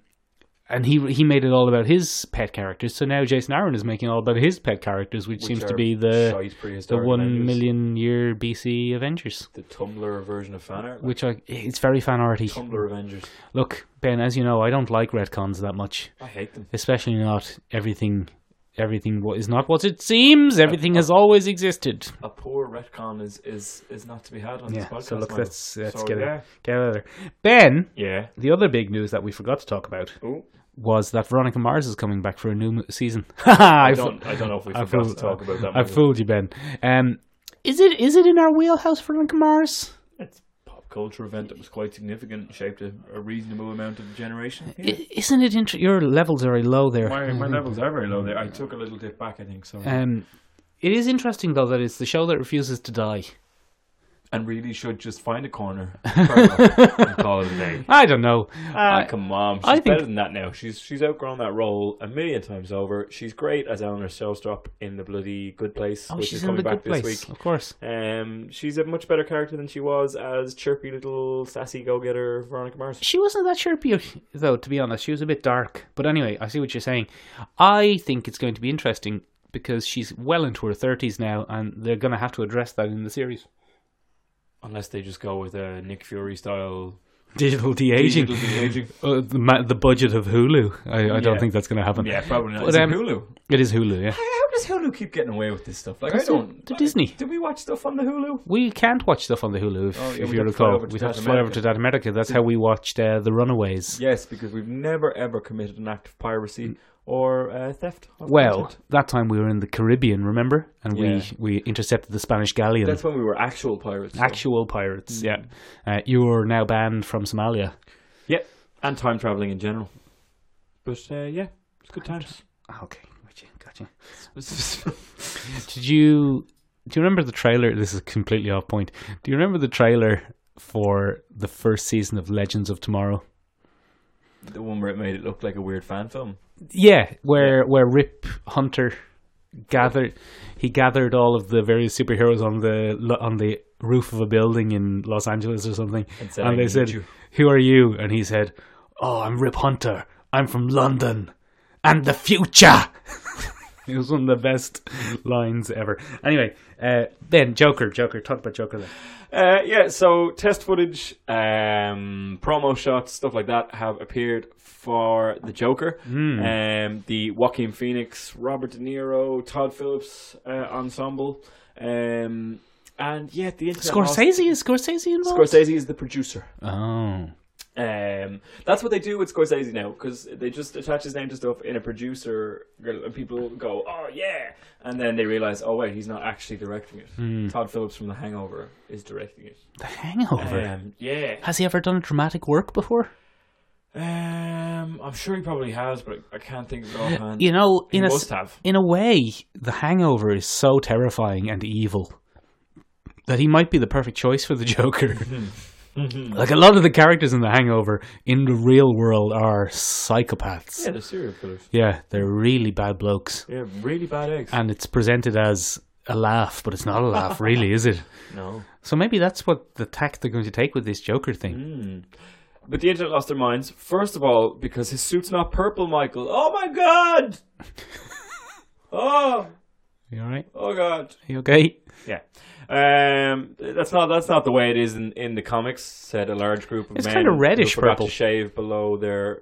Speaker 1: and he he made it all about his pet characters. So now Jason Aaron is making all about his pet characters, which,
Speaker 2: Which
Speaker 1: seems to
Speaker 2: are
Speaker 1: be the
Speaker 2: shite
Speaker 1: the
Speaker 2: prehistoric
Speaker 1: one
Speaker 2: Avengers.
Speaker 1: million year BC Avengers
Speaker 2: the Tumblr version of fan art,
Speaker 1: which I it's very fan arty.
Speaker 2: Tumblr Avengers.
Speaker 1: Look, Ben, as you know, I don't like retcons that much,
Speaker 2: I hate them.
Speaker 1: especially not everything everything wa- is not what it seems. Everything has always existed.
Speaker 2: A poor retcon is, is, is not to be had on this
Speaker 1: Yeah.
Speaker 2: podcast.
Speaker 1: So look,
Speaker 2: Michael.
Speaker 1: let's let's
Speaker 2: So,
Speaker 1: get
Speaker 2: yeah.
Speaker 1: it. Get out of there. Ben,
Speaker 2: Yeah.
Speaker 1: the other big news that we forgot to talk about
Speaker 2: Ooh.
Speaker 1: was that Veronica Mars is coming back for a new mo- season. [laughs] I,
Speaker 2: I
Speaker 1: fo-
Speaker 2: don't, I don't know if we
Speaker 1: I
Speaker 2: forgot to talk about that.
Speaker 1: I
Speaker 2: Michael.
Speaker 1: fooled you, Ben. Um, is it is it in our wheelhouse, Veronica Mars?
Speaker 2: It's a pop culture event that was quite significant, shaped a, a reasonable amount of the generation. Yeah.
Speaker 1: I- Isn't it? Int- your levels are very low there.
Speaker 2: My, my levels are very low there. I took a little dip back, I think. So
Speaker 1: Um, it is interesting though that it's the show that refuses to die.
Speaker 2: and really should just find a
Speaker 1: [laughs]
Speaker 2: corner curl up, and call it a day.
Speaker 1: I don't know.
Speaker 2: Ah, come on, she's
Speaker 1: Uh, I think-
Speaker 2: better than that now. She's she's outgrown that role a million times over. She's great as Eleanor Shellstrop in the bloody Good Place,
Speaker 1: oh,
Speaker 2: which
Speaker 1: she's
Speaker 2: is
Speaker 1: in
Speaker 2: coming
Speaker 1: the
Speaker 2: back
Speaker 1: good place,
Speaker 2: this week.
Speaker 1: of course.
Speaker 2: Um, she's a much better character than she was as chirpy little sassy go-getter Veronica Mars.
Speaker 1: She wasn't that chirpy, though, to be honest. She was a bit dark. But anyway, I see what you're saying. I think it's going to be interesting because she's well into her 30s now, and they're going to have to address that in the series.
Speaker 2: Unless they just go with a Nick Fury style
Speaker 1: Digital de aging. [laughs]
Speaker 2: aging.
Speaker 1: Uh, the, ma- the budget of Hulu. I, I don't
Speaker 2: Yeah.
Speaker 1: think that's going to happen.
Speaker 2: Yeah, probably not.
Speaker 1: But,
Speaker 2: Is it
Speaker 1: um,
Speaker 2: Hulu?
Speaker 1: It is Hulu, yeah.
Speaker 2: How does Hulu keep getting away with this stuff? Like I
Speaker 1: That's it.
Speaker 2: don't.
Speaker 1: To Disney.
Speaker 2: Did we watch stuff on the Hulu?
Speaker 1: We can't watch stuff on the Hulu, if,
Speaker 2: Oh, yeah,
Speaker 1: if
Speaker 2: we'd
Speaker 1: you
Speaker 2: have to fly
Speaker 1: recall.
Speaker 2: over to
Speaker 1: We'd have to
Speaker 2: South
Speaker 1: fly over
Speaker 2: America.
Speaker 1: to South America. That's how we watched uh, The Runaways.
Speaker 2: Yes, because we've never ever committed an act of piracy or uh, theft. of
Speaker 1: Well,
Speaker 2: content.
Speaker 1: that time we were in the Caribbean, remember? And
Speaker 2: Yeah.
Speaker 1: we, we intercepted the Spanish galleon.
Speaker 2: that's when we were actual pirates. though.
Speaker 1: Actual pirates, yeah. Uh, you are now banned from Somalia.
Speaker 2: Yep, and time traveling in general. But uh, yeah, it's good times.
Speaker 1: Ah, Okay, gotcha, gotcha.
Speaker 2: It's-
Speaker 1: [laughs] Did you do you remember the trailer? This is completely off point. Do you remember the trailer for the first season of Legends of Tomorrow?
Speaker 2: the one where it made it look like a weird fan film.
Speaker 1: Yeah, where where Rip Hunter gathered he gathered all of the various superheroes on the on the roof of a building in Los Angeles or something,
Speaker 2: And said, "I
Speaker 1: they
Speaker 2: need
Speaker 1: said,
Speaker 2: you."
Speaker 1: "Who are you?" And he said, "Oh, I'm Rip Hunter. I'm from London, and the future." [laughs] it was one of the best lines ever. Anyway, uh, then Joker, Joker, talk about Joker. Then.
Speaker 2: Uh, yeah, so test footage, um, promo shots, stuff like that have appeared for the Joker. Um, the Joaquin Phoenix, Robert De Niro, Todd Phillips uh, ensemble. Um, and yeah, the internet
Speaker 1: Scorsese is Scorsese involved.
Speaker 2: Scorsese is the producer.
Speaker 1: Oh,
Speaker 2: Um, that's what they do with Scorsese now because they just attach his name to stuff in a producer, and people go, "Oh yeah," and then they realize, "Oh wait, he's not actually directing it." Todd Phillips from The Hangover is directing it.
Speaker 1: The Hangover.
Speaker 2: Um, yeah,
Speaker 1: Has he ever done dramatic work before?
Speaker 2: um, I'm sure he probably has, but I can't think of it offhand.
Speaker 1: You know,
Speaker 2: he
Speaker 1: in a
Speaker 2: must
Speaker 1: s-
Speaker 2: have.
Speaker 1: in a way, The Hangover is so terrifying and evil that he might be the perfect choice for the [laughs] Joker.
Speaker 2: Mm-hmm.
Speaker 1: like a lot of the characters in The Hangover in the real world are psychopaths.
Speaker 2: Yeah,
Speaker 1: Yeah,
Speaker 2: the serial killers.
Speaker 1: they're really bad blokes,
Speaker 2: Yeah, really bad eggs.
Speaker 1: and it's presented as a laugh, but it's not a [laughs] laugh, really, is it?
Speaker 2: no.
Speaker 1: So maybe that's what the tack they're going to take with this Joker thing.
Speaker 2: Hmm. But the internet lost their minds. First of all, because his suit's not purple, Michael. Oh my god! oh,
Speaker 1: You all right?
Speaker 2: oh god.
Speaker 1: You [laughs] okay?
Speaker 2: Yeah, um, that's not that's not the way it is in, in the comics. Said a large group of
Speaker 1: It's
Speaker 2: men
Speaker 1: kinda reddish
Speaker 2: who forgot
Speaker 1: purple.
Speaker 2: to shave below their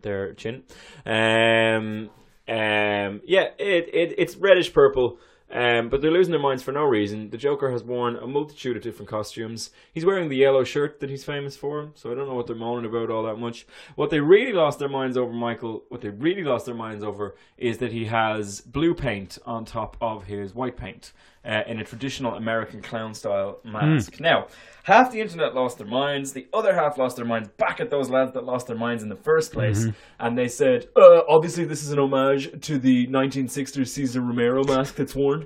Speaker 2: their chin. Um, um, yeah, it, it it's reddish purple. Um, but they're losing their minds for no reason. The Joker has worn a multitude of different costumes. He's wearing the yellow shirt that he's famous for, so I don't know what they're moaning about all that much. What they really lost their minds over, Michael, what they really lost their minds over is that he has blue paint on top of his white paint uh, in a traditional American clown style mask. Now, half the internet lost their minds, the other half lost their minds back at those lads that lost their minds in the first place. And they said, uh, obviously, this is an homage to the 1960s Caesar Romero mask that's worn.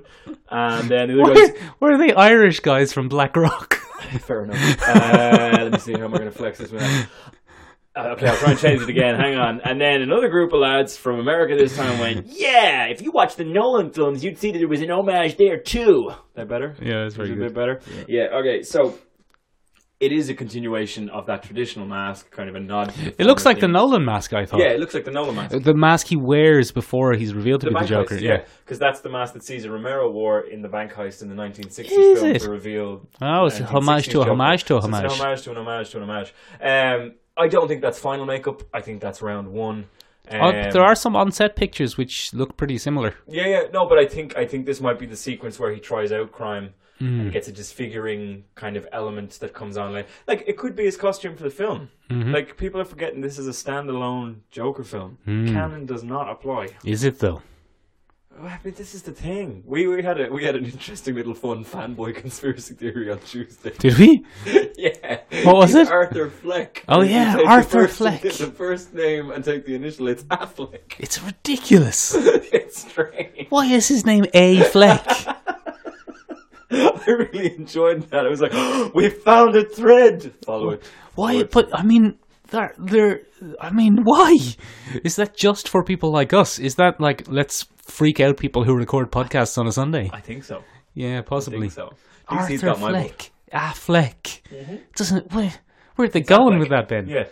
Speaker 2: And then the other guys,
Speaker 1: Where, where are the Irish guys from Black Rock?
Speaker 2: fair enough. Uh, let me see how am I going to flex this one. out. Uh, okay, I'll try and change it again. Hang on. And then another group of lads from America this time went, "Yeah, if you watch the Nolan films, you'd see that there was an homage there too." That better?
Speaker 1: yeah, that's very
Speaker 2: Is it a
Speaker 1: good.
Speaker 2: bit better? Yeah. Okay. So it is a continuation of that traditional mask, kind of a nod. to
Speaker 1: It looks like the
Speaker 2: thing.
Speaker 1: Nolan mask, I thought.
Speaker 2: Yeah, it looks like the Nolan mask.
Speaker 1: The mask he wears before he's revealed to be the
Speaker 2: bank
Speaker 1: Joker.
Speaker 2: heist,
Speaker 1: yeah.
Speaker 2: because that's the mask that Caesar Romero wore in the bank heist in the 1960s
Speaker 1: Is
Speaker 2: film
Speaker 1: it?
Speaker 2: to reveal.
Speaker 1: Oh, it's a homage to a
Speaker 2: 1960s Joker.
Speaker 1: homage to a
Speaker 2: So it's an
Speaker 1: homage.
Speaker 2: homage to an homage to an homage. Um, I don't think that's final makeup. I think that's round one.
Speaker 1: Oh,
Speaker 2: Um,
Speaker 1: there are some on-set pictures which look pretty similar.
Speaker 2: Yeah, yeah, no, but I think I think this might be the sequence where he tries out crime
Speaker 1: Hmm.
Speaker 2: and gets a disfiguring kind of element that comes online. Like it could be his costume for the film.
Speaker 1: Mm-hmm.
Speaker 2: Like people are forgetting this is a standalone Joker film.
Speaker 1: Hmm.
Speaker 2: Canon does not apply.
Speaker 1: Is it though?
Speaker 2: Well, I mean, this is the thing. We we had a we had an interesting little fun fanboy [laughs] conspiracy theory on Tuesday.
Speaker 1: Did we?
Speaker 2: [laughs] yeah.
Speaker 1: What was
Speaker 2: He's
Speaker 1: it?
Speaker 2: Arthur Fleck.
Speaker 1: Oh,
Speaker 2: If you
Speaker 1: yeah,
Speaker 2: take the
Speaker 1: Arthur
Speaker 2: first-
Speaker 1: Fleck.
Speaker 2: The first name and take the initial. It's Affleck. [laughs]
Speaker 1: It's ridiculous.
Speaker 2: it's strange.
Speaker 1: Why is his name A
Speaker 2: [laughs]
Speaker 1: Fleck?
Speaker 2: I really enjoyed that. It was like, [gasps] we found a thread. Follow it.
Speaker 1: Why? But I mean, there, there. I mean, why? Is that just for people like us? Is that like let's freak out people who record podcasts on a Sunday?
Speaker 2: I think so.
Speaker 1: Yeah,
Speaker 2: I
Speaker 1: possibly.
Speaker 2: think so. I think he's
Speaker 1: Arthur
Speaker 2: got my Mm-hmm. book.
Speaker 1: Fleck. Ah, Fleck. Doesn't where? Where'd they going with that then?
Speaker 2: Yeah.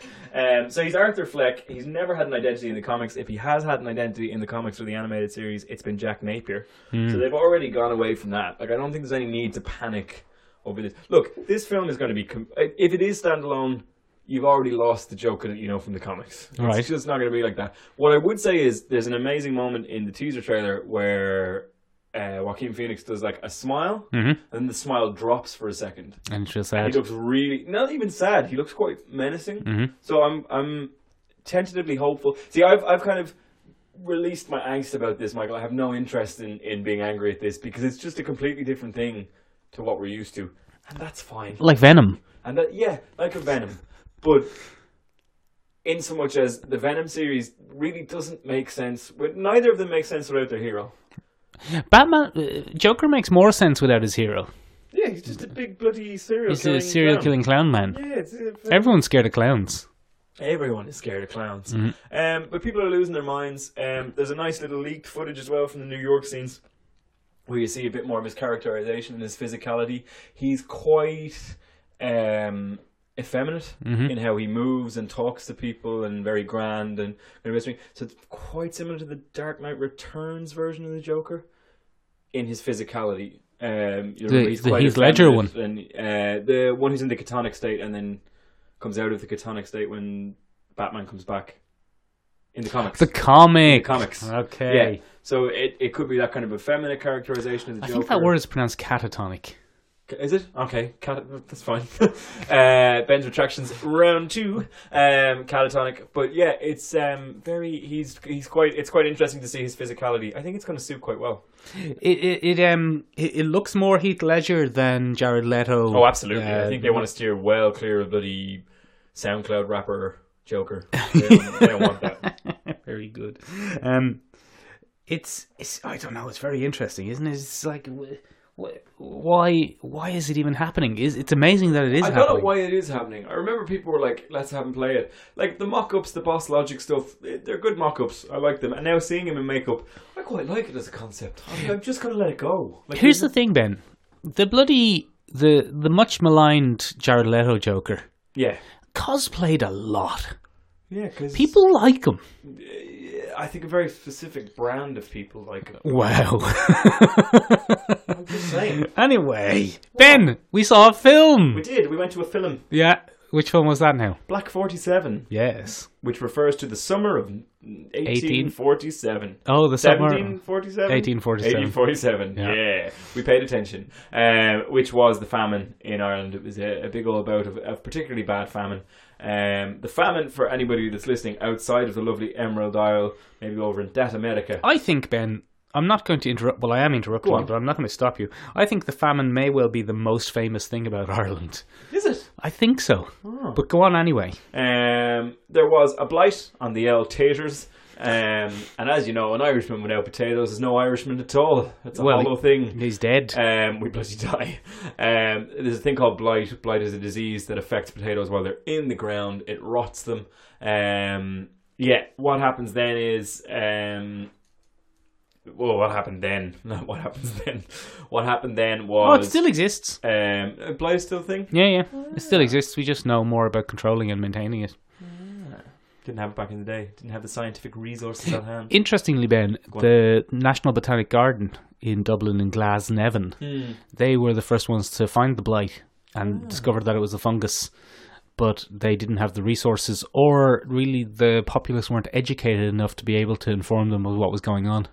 Speaker 2: Um, so he's Arthur Fleck. He's never had an identity in the comics. If he has had an identity in the comics or the animated series, it's been Jack Napier. So they've already gone away from that. Like, I don't think there's any need to panic over this. Look, this film is going to be. Com- if it is standalone, you've already lost the Joker that you know from the comics. It's
Speaker 1: Right.
Speaker 2: just not going to be like that. What I would say is there's an amazing moment in the teaser trailer where. Uh, Joaquin Phoenix does like a smile, and then the smile drops for a second,
Speaker 1: And it's just
Speaker 2: he
Speaker 1: sad. Mm-hmm.
Speaker 2: looks really not even sad. He looks quite menacing. So I'm I'm tentatively hopeful. See, I've I've kind of released my angst about this, Michael. I have no interest in in being angry at this because it's just a completely different thing to what we're used to, and that's fine.
Speaker 1: Like Venom.
Speaker 2: And that yeah, like a Venom, but. In so much as the Venom series really doesn't make sense, with neither of them makes sense without their hero.
Speaker 1: Batman. Uh, Joker makes more sense without his hero.
Speaker 2: Yeah, he's just a big bloody serial
Speaker 1: He's
Speaker 2: killing
Speaker 1: a serial
Speaker 2: clown.
Speaker 1: killing clown man.
Speaker 2: Yeah, it's a
Speaker 1: Everyone's scared of clowns.
Speaker 2: Everyone is scared of clowns.
Speaker 1: Mm-hmm.
Speaker 2: Um, but people are losing their minds. Um, there's a nice little leaked footage as well from the New York scenes where you see a bit more of his characterization and his physicality. He's quite um, effeminate
Speaker 1: Mm-hmm.
Speaker 2: in how he moves and talks to people and very grand and, and everything. so it's quite similar to the Dark Knight Returns version of the Joker in his physicality. Um, you know,
Speaker 1: The-
Speaker 2: he's
Speaker 1: the
Speaker 2: quite
Speaker 1: Heath Ledger
Speaker 2: effeminate and uh, the one who's in the catonic state and then comes out of the catonic state when Batman comes back in the comics.
Speaker 1: The comic.
Speaker 2: comics.
Speaker 1: Okay.
Speaker 2: Yeah. So it, it could be that kind of effeminate characterization of the
Speaker 1: I
Speaker 2: Joker.
Speaker 1: think that word is pronounced catatonic.
Speaker 2: Is
Speaker 1: [laughs]
Speaker 2: it? Okay, cat- that's fine. [laughs] uh, Ben's retractions round two, um, catatonic. But yeah, it's um, very. He's he's quite. It's quite interesting to see his physicality. I think it's going to suit quite well.
Speaker 1: It it, it um it, it looks more Heath Ledger than Jared Leto.
Speaker 2: Oh, absolutely. I
Speaker 1: Uh, [laughs]
Speaker 2: think they want to steer well clear of bloody SoundCloud rapper Joker.
Speaker 1: [laughs]
Speaker 2: They don't, they don't want that.
Speaker 1: very good. Um, it's it's I don't know. It's very interesting, isn't it? It's like wh- wh- why why is it even happening? Is it's amazing that it is
Speaker 2: I don't know
Speaker 1: happening.
Speaker 2: why it is happening. I remember people were like, "Let's have him play it." Like the mock-ups, the Boss Logic stuff. eh, They're good mock-ups. I like them. And now seeing him in makeup, I quite like it as a concept. I'm, I'm just gonna let it go. Like,
Speaker 1: Here's the thing, Ben. The bloody the the much maligned Jared Leto Joker
Speaker 2: yeah,
Speaker 1: cosplayed a lot.
Speaker 2: yeah. Because
Speaker 1: People like him.
Speaker 2: I think a very specific brand of people like.
Speaker 1: Wow.
Speaker 2: I'm just saying.
Speaker 1: [laughs] anyway, Ben, we saw a film.
Speaker 2: We did. We went to a film,
Speaker 1: Yeah. Which one was that now?
Speaker 2: Black Forty Seven,
Speaker 1: Yes.
Speaker 2: which refers to the summer of 1847.
Speaker 1: Oh, the summer.
Speaker 2: 1747?
Speaker 1: 1847.
Speaker 2: 1847, yeah. We paid attention, um, which was the famine in Ireland. It was a, a big old bout of, of particularly bad famine. Um, the famine, for anybody that's listening outside of the lovely Emerald Isle, maybe over in that America.
Speaker 1: I think Ben, I'm not going to interrupt. Well, I am interrupting
Speaker 2: Go
Speaker 1: you,
Speaker 2: on.
Speaker 1: but I'm not going to stop you. I think the famine may well be the most famous thing about [laughs] Ireland.
Speaker 2: Is it?
Speaker 1: I think so. But go on anyway.
Speaker 2: Oh. Um, there was a blight on the L taters. Um, and as you know, an Irishman without potatoes is no Irishman at all. It's a
Speaker 1: Well,
Speaker 2: hollow thing.
Speaker 1: He's dead.
Speaker 2: Um, we bloody die. Um, there's a thing called blight. Blight is a disease that affects potatoes while they're in the ground. It rots them. Um, yeah, what happens then is, um, well, what happened then? [laughs] Not what happens then. What happened then
Speaker 1: oh, it
Speaker 2: was
Speaker 1: still exists.
Speaker 2: um, blight is still a thing.
Speaker 1: Yeah, yeah. It still exists. We just know more about controlling and maintaining it.
Speaker 2: Didn't have it back in the day. Didn't have the scientific resources [laughs] at hand.
Speaker 1: Interestingly, Ben,
Speaker 2: on.
Speaker 1: the National Botanic Garden in Dublin and Glasnevin, they were the first ones to find the blight and discovered that it was a fungus. but they didn't have the resources, or really the populace weren't educated enough to be able to inform them of what was going on.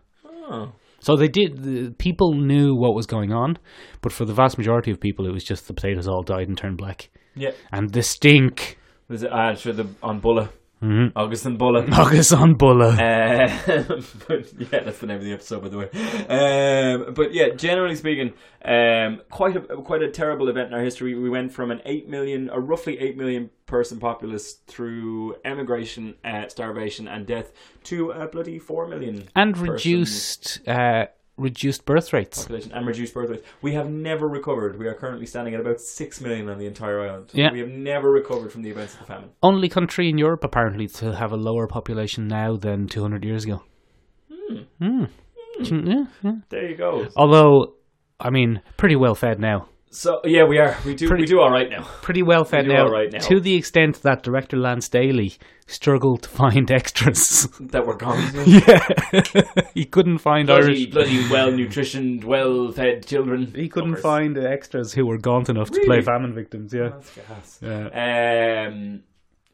Speaker 2: Oh.
Speaker 1: So they did. The people knew what was going on, but for the vast majority of people, it was just the potatoes all died and turned black,
Speaker 2: Yeah.
Speaker 1: and the stink. [laughs]
Speaker 2: There's an ad for the on Bulla.
Speaker 1: Mhm.
Speaker 2: Augustin Bulla.
Speaker 1: August on Bulla.
Speaker 2: Um, [laughs] but yeah, that's the name of the episode, by the way. Um, but yeah, generally speaking, um, quite a quite a terrible event in our history. We went from an eight million, a roughly eight million person populace through emigration, uh, starvation, and death to a bloody four million
Speaker 1: and
Speaker 2: person
Speaker 1: reduced uh, reduced birth rates.
Speaker 2: population and reduced birth rates. We have never recovered. We are currently standing at about six million on the entire island.
Speaker 1: Yeah.
Speaker 2: we have never recovered from the events of the famine.
Speaker 1: Only country in Europe apparently to have a lower population now than 200 years ago. Hmm. Yeah, yeah.
Speaker 2: There you go.
Speaker 1: Oh. Although, I mean, pretty well fed now.
Speaker 2: So yeah, we are. We do.
Speaker 1: Pretty-
Speaker 2: we do all right now. [laughs]
Speaker 1: Pretty well fed
Speaker 2: do
Speaker 1: now,
Speaker 2: all right now.
Speaker 1: To the extent that director Lance Daly struggled to find [laughs] extras.
Speaker 2: That we're gone.
Speaker 1: [laughs] yeah, he couldn't find
Speaker 2: bloody,
Speaker 1: Irish.
Speaker 2: bloody well nutritioned, well fed children.
Speaker 1: He couldn't
Speaker 2: Fuckers.
Speaker 1: find the extras who were gaunt enough to play
Speaker 2: Really? Uh,
Speaker 1: famine victims. Yeah.
Speaker 2: That's gas.
Speaker 1: Yeah.
Speaker 2: Um,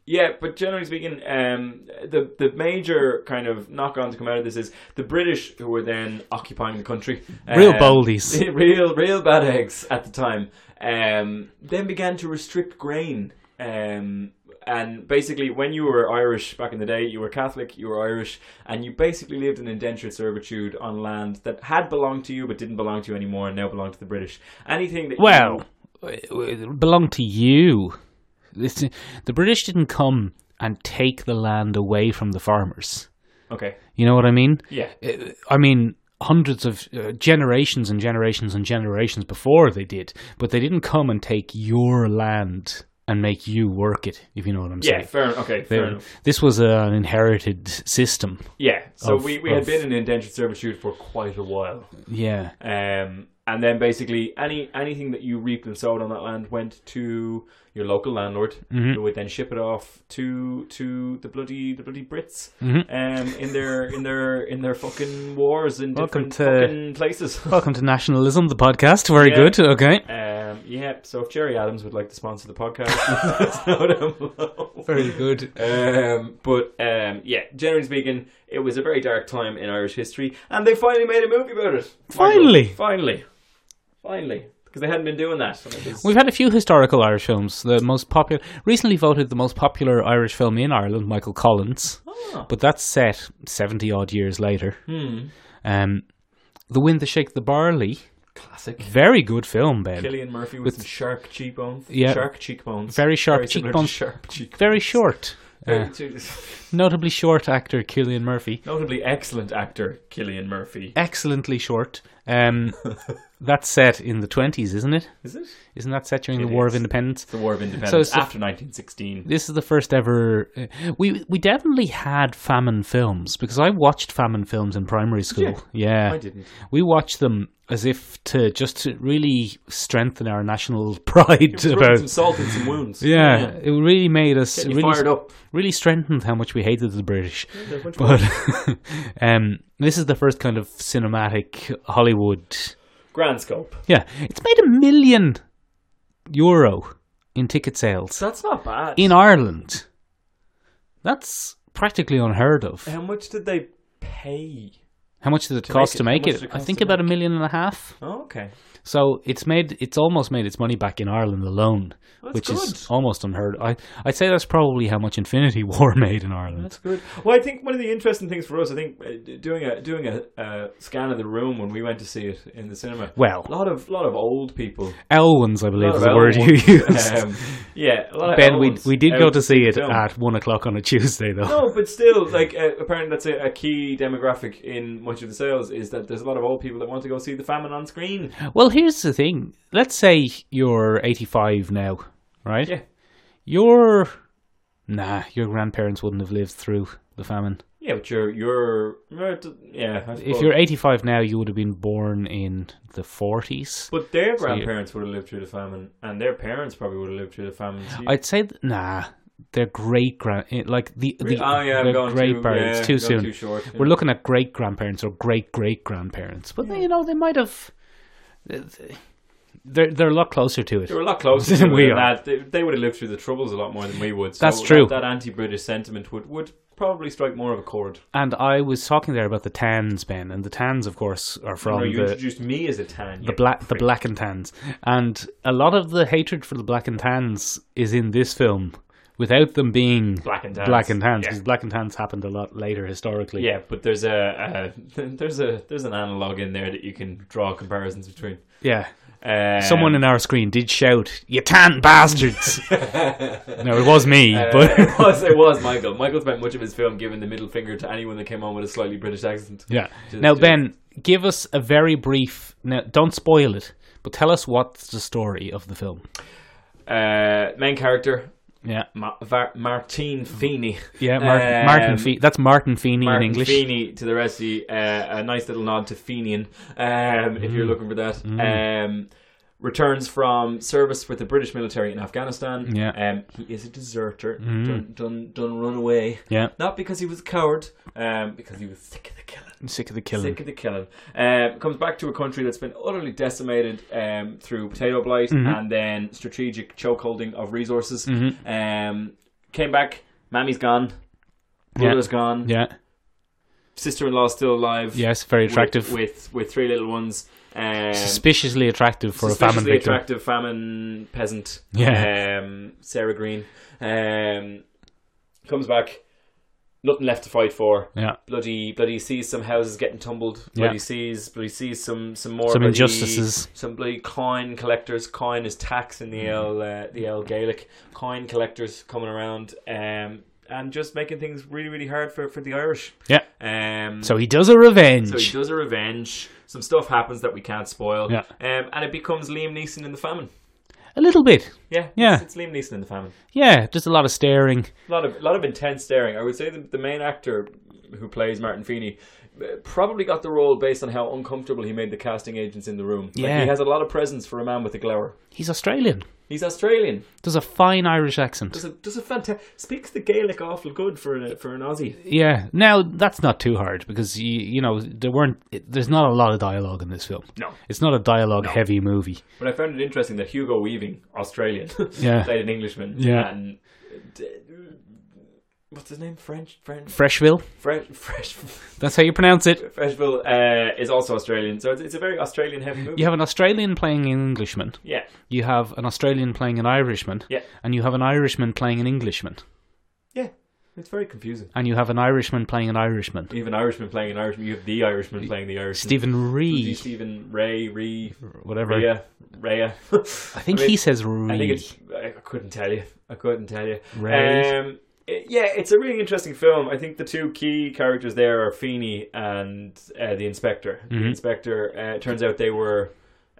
Speaker 2: yeah, but generally speaking, um, the the major kind of knock on to come out of this is the British who were then occupying the country.
Speaker 1: Real
Speaker 2: um,
Speaker 1: boldies.
Speaker 2: [laughs] real real bad eggs at the time. Um, then began to restrict grain. Um, and basically, when you were Irish back in the day, you were Catholic, you were Irish, and you basically lived in indentured servitude on land that had belonged to you but didn't belong to you anymore and now belonged to the British. Anything that you,
Speaker 1: Well, it belonged to you. This- the British didn't come and take the land away from the farmers.
Speaker 2: okay,
Speaker 1: You know what I mean?
Speaker 2: yeah,
Speaker 1: Uh, I mean, hundreds of uh, generations and generations and generations before they did, but they didn't come and take your land and make you work it, if you know what I'm
Speaker 2: yeah,
Speaker 1: saying.
Speaker 2: fair, okay,
Speaker 1: They-
Speaker 2: fair enough.
Speaker 1: this was an inherited system.
Speaker 2: Yeah, so
Speaker 1: Of-
Speaker 2: we, we had
Speaker 1: of-
Speaker 2: been in indentured servitude for quite a while.
Speaker 1: Yeah.
Speaker 2: Um, and then basically any anything that you reaped and sowed on that land went to your local landlord,
Speaker 1: Mhm.
Speaker 2: who would then ship it off to to the bloody the bloody Brits,
Speaker 1: Mhm.
Speaker 2: um, in their in their in their fucking wars in
Speaker 1: Welcome
Speaker 2: different
Speaker 1: to-
Speaker 2: fucking places.
Speaker 1: [laughs] Welcome to Nationalism, the podcast. Very
Speaker 2: Yeah.
Speaker 1: good. Okay.
Speaker 2: [laughs] Um, yeah, so if Jerry Adams would like to sponsor the podcast, [laughs] that's not down below.
Speaker 1: good.
Speaker 2: Um, but um, yeah, generally speaking, it was a very dark time in Irish history, and they finally made a movie about it.
Speaker 1: Finally.
Speaker 2: finally, finally, because they hadn't been doing that. And it was-
Speaker 1: We've had a few historical Irish films. The most popular, recently voted the most popular Irish film in Ireland, Michael Collins,
Speaker 2: Ah.
Speaker 1: but that's set seventy odd years later.
Speaker 2: Hmm.
Speaker 1: Um, the Wind, the Shake, the Barley,
Speaker 2: Classic.
Speaker 1: very good film, Ben.
Speaker 2: Killian Murphy with,
Speaker 1: With-
Speaker 2: some sharp cheekbones.
Speaker 1: Yeah.
Speaker 2: Sharp cheekbones.
Speaker 1: Very sharp
Speaker 2: similar to
Speaker 1: cheekbones.
Speaker 2: Sharp cheekbones.
Speaker 1: Very short. Uh,
Speaker 2: Very-
Speaker 1: notably short actor Killian Murphy.
Speaker 2: [laughs] Notably excellent actor Killian Murphy.
Speaker 1: Excellently short.
Speaker 2: [laughs]
Speaker 1: Um, that's set in the twenties, isn't it?
Speaker 2: Is it?
Speaker 1: Isn't that set during
Speaker 2: It
Speaker 1: the War
Speaker 2: is.
Speaker 1: of Independence?
Speaker 2: The War of Independence
Speaker 1: So it's the-
Speaker 2: after 1916.
Speaker 1: This is the first ever. uh, we we definitely had famine films because I watched famine films in primary school. Yeah,
Speaker 2: I didn't.
Speaker 1: we watched them as if to just to really strengthen our national [laughs] pride
Speaker 2: Rubbed some
Speaker 1: about.
Speaker 2: salt and some wounds.
Speaker 1: Yeah, it really made us
Speaker 2: Getting you
Speaker 1: really,
Speaker 2: fired up.
Speaker 1: really strengthened how much we hated the British.
Speaker 2: They're a bunch
Speaker 1: [laughs]
Speaker 2: of
Speaker 1: But um, this is the first kind of cinematic Hollywood.
Speaker 2: Grand scope.
Speaker 1: Yeah, it's made a million euro in ticket sales
Speaker 2: So that's not bad.
Speaker 1: in Ireland. That's practically unheard of.
Speaker 2: How much did they pay?
Speaker 1: How much did it
Speaker 2: make
Speaker 1: cost
Speaker 2: it-
Speaker 1: to
Speaker 2: how
Speaker 1: make
Speaker 2: much
Speaker 1: it?
Speaker 2: did it
Speaker 1: I
Speaker 2: cost
Speaker 1: think
Speaker 2: to
Speaker 1: about a million and a half.
Speaker 2: Oh, okay.
Speaker 1: So it's made it's almost made its money back in Ireland alone,
Speaker 2: That's
Speaker 1: which is
Speaker 2: good.
Speaker 1: almost unheard. I I'd say that's probably how much Infinity [laughs] War made in Ireland.
Speaker 2: That's good. Well, I think one of the interesting things for us, I think, uh, doing a doing a uh, scan of the room when we went to see it in the cinema.
Speaker 1: Well.
Speaker 2: a lot of lot of old people.
Speaker 1: Elwins, I believe,
Speaker 2: A lot
Speaker 1: is
Speaker 2: of
Speaker 1: the word you
Speaker 2: old ones.
Speaker 1: used.
Speaker 2: [laughs] Um, yeah, a lot of
Speaker 1: ben,
Speaker 2: old
Speaker 1: we
Speaker 2: ones
Speaker 1: we did go
Speaker 2: out
Speaker 1: to see it
Speaker 2: film.
Speaker 1: at one o'clock on a Tuesday, though.
Speaker 2: No, but still, like uh, apparently that's a, a key demographic in much of the sales is that there's a lot of old people that want to go see the famine on screen.
Speaker 1: Well, here's the thing. Let's say you're 85 now, right?
Speaker 2: Yeah.
Speaker 1: Your nah, your grandparents wouldn't have lived through the famine.
Speaker 2: Yeah, but you're you're yeah. I
Speaker 1: If
Speaker 2: suppose.
Speaker 1: you're 85 now, you would have been born in the 40s.
Speaker 2: But their
Speaker 1: you-
Speaker 2: grandparents would have lived through the famine, and their parents probably would have lived through the famine. so you-
Speaker 1: I'd say th- nah, their great grand like the the
Speaker 2: oh yeah, I'm
Speaker 1: their
Speaker 2: going
Speaker 1: great
Speaker 2: too,
Speaker 1: parents
Speaker 2: yeah,
Speaker 1: too
Speaker 2: going
Speaker 1: soon.
Speaker 2: Too short.
Speaker 1: We're looking at great grandparents or great great grandparents, but eh, they, you know they might have. They're they're a lot closer to it.
Speaker 2: They were a lot
Speaker 1: [laughs]
Speaker 2: closer
Speaker 1: Than
Speaker 2: to
Speaker 1: we
Speaker 2: we than
Speaker 1: are.
Speaker 2: that. They, they would have lived through the troubles a lot more than we would. So
Speaker 1: That's true.
Speaker 2: That, that anti-British sentiment would, would probably strike more of a chord.
Speaker 1: And I was talking there about the tans, Ben, and the tans, of course, are
Speaker 2: You,
Speaker 1: from
Speaker 2: know, you
Speaker 1: the
Speaker 2: introduced me as a tan.
Speaker 1: the black the black and tans and a lot of the hatred for the black and tans is in this film without them being
Speaker 2: Black and tans.
Speaker 1: black and tans
Speaker 2: Yeah.
Speaker 1: because black and tans happened a lot later historically
Speaker 2: Yeah, but there's a, a [laughs] there's a there's an analog in there that you can draw comparisons between.
Speaker 1: yeah
Speaker 2: Um, [laughs]
Speaker 1: someone in our screen did shout you tan bastards no it was me
Speaker 2: Uh, [laughs]
Speaker 1: but [laughs]
Speaker 2: it was it was Michael. Michael spent much of his film giving the middle finger to anyone that came on with a slightly British accent.
Speaker 1: yeah
Speaker 2: Just-
Speaker 1: now
Speaker 2: just-
Speaker 1: ben give us a very brief now don't spoil it but tell us what's the story of the film
Speaker 2: Uh, main character
Speaker 1: yeah
Speaker 2: Ma- Var- Martine Feeney.
Speaker 1: Mm.
Speaker 2: [laughs]
Speaker 1: yeah martin,
Speaker 2: Um,
Speaker 1: martin Fe- that's martin feeney
Speaker 2: Martin
Speaker 1: in english
Speaker 2: Feeney to the resi, uh, a nice little nod to Fenian, um, if
Speaker 1: Mm.
Speaker 2: you're looking for that. Um, returns from service with the British military in Afghanistan.
Speaker 1: Yeah. Mm.
Speaker 2: Um, he is a deserter, done, done, done run away.
Speaker 1: yeah
Speaker 2: Not because he was a coward, um, because he was sick of the killing.
Speaker 1: I'm sick of the killing
Speaker 2: Sick of the killing. Um, comes back to a country that's been utterly decimated um, through potato blight
Speaker 1: Mm-hmm.
Speaker 2: and then strategic chokeholding of resources.
Speaker 1: Mm-hmm.
Speaker 2: Um, came back, mammy's gone,
Speaker 1: Yeah.
Speaker 2: brother's gone,
Speaker 1: yeah
Speaker 2: sister-in-law's still alive.
Speaker 1: yes very
Speaker 2: with-
Speaker 1: attractive
Speaker 2: with with, three little ones. Um,
Speaker 1: suspiciously attractive for a famine
Speaker 2: suspiciously
Speaker 1: victim.
Speaker 2: attractive famine peasant.
Speaker 1: Yeah.
Speaker 2: Um, Sarah Green um, comes back. Nothing left to fight for.
Speaker 1: Yeah.
Speaker 2: Bloody, bloody sees some houses getting tumbled.
Speaker 1: Yeah.
Speaker 2: Bloody sees, bloody sees some some more
Speaker 1: Some
Speaker 2: bloody-
Speaker 1: injustices. Mm.
Speaker 2: Some bloody coin collectors. Coin is tax in the L uh, the L Gaelic. Coin collectors coming around um, and just making things really really hard for, for the Irish.
Speaker 1: Yeah.
Speaker 2: Um,
Speaker 1: So he does a revenge.
Speaker 2: so he does a revenge. Some stuff happens that we can't spoil.
Speaker 1: Yeah.
Speaker 2: Um, and it becomes Liam Neeson in the famine.
Speaker 1: a little bit.
Speaker 2: Yeah.
Speaker 1: Yeah.
Speaker 2: It's, it's Liam Neeson in the famine.
Speaker 1: Yeah, just a lot of staring.
Speaker 2: A lot of lot of intense staring. I would say the, the main actor who plays Martin Feeney uh, probably got the role based on how uncomfortable he made the casting agents in the room. Like,
Speaker 1: Yeah.
Speaker 2: he has a lot of presence for a man with a glower.
Speaker 1: He's Australian.
Speaker 2: He's Australian.
Speaker 1: Does a fine Irish accent.
Speaker 2: Does a does a fantastic speaks the Gaelic awful good for an for an Aussie.
Speaker 1: Yeah. Now that's not too hard because you you know there weren't it- there's not a lot of dialogue in this film.
Speaker 2: No.
Speaker 1: It's not a dialogue heavy movie.
Speaker 2: But I found it interesting that Hugo Weaving, Australian, [laughs]
Speaker 1: Yeah.
Speaker 2: played an Englishman.
Speaker 1: Yeah.
Speaker 2: And d- what's his name? French French
Speaker 1: Freshville.
Speaker 2: Fresh, fresh,
Speaker 1: That's how you pronounce it.
Speaker 2: Freshville uh, is also Australian, so it's, it's a very Australian heavy movie.
Speaker 1: You have an Australian playing an Englishman.
Speaker 2: Yeah,
Speaker 1: You have an Australian playing an Irishman.
Speaker 2: Yeah.
Speaker 1: And you have an Irishman playing an Englishman.
Speaker 2: yeah, it's very confusing.
Speaker 1: And you have an Irishman playing an Irishman.
Speaker 2: You have an Irishman playing an Irishman. You have the Irishman playing the Irishman.
Speaker 1: Stephen
Speaker 2: Bloody
Speaker 1: Ree,
Speaker 2: Stephen Ray, Ree,
Speaker 1: whatever.
Speaker 2: Rhea, Rhea. [laughs]
Speaker 1: I think he says Ree.
Speaker 2: I think it's. I couldn't tell you. I couldn't tell you.
Speaker 1: Right.
Speaker 2: Um, it- yeah, it's a really interesting film. I think the two key characters there are Feeney and uh, the inspector.
Speaker 1: Mm-hmm.
Speaker 2: The inspector. Uh, it turns out they were.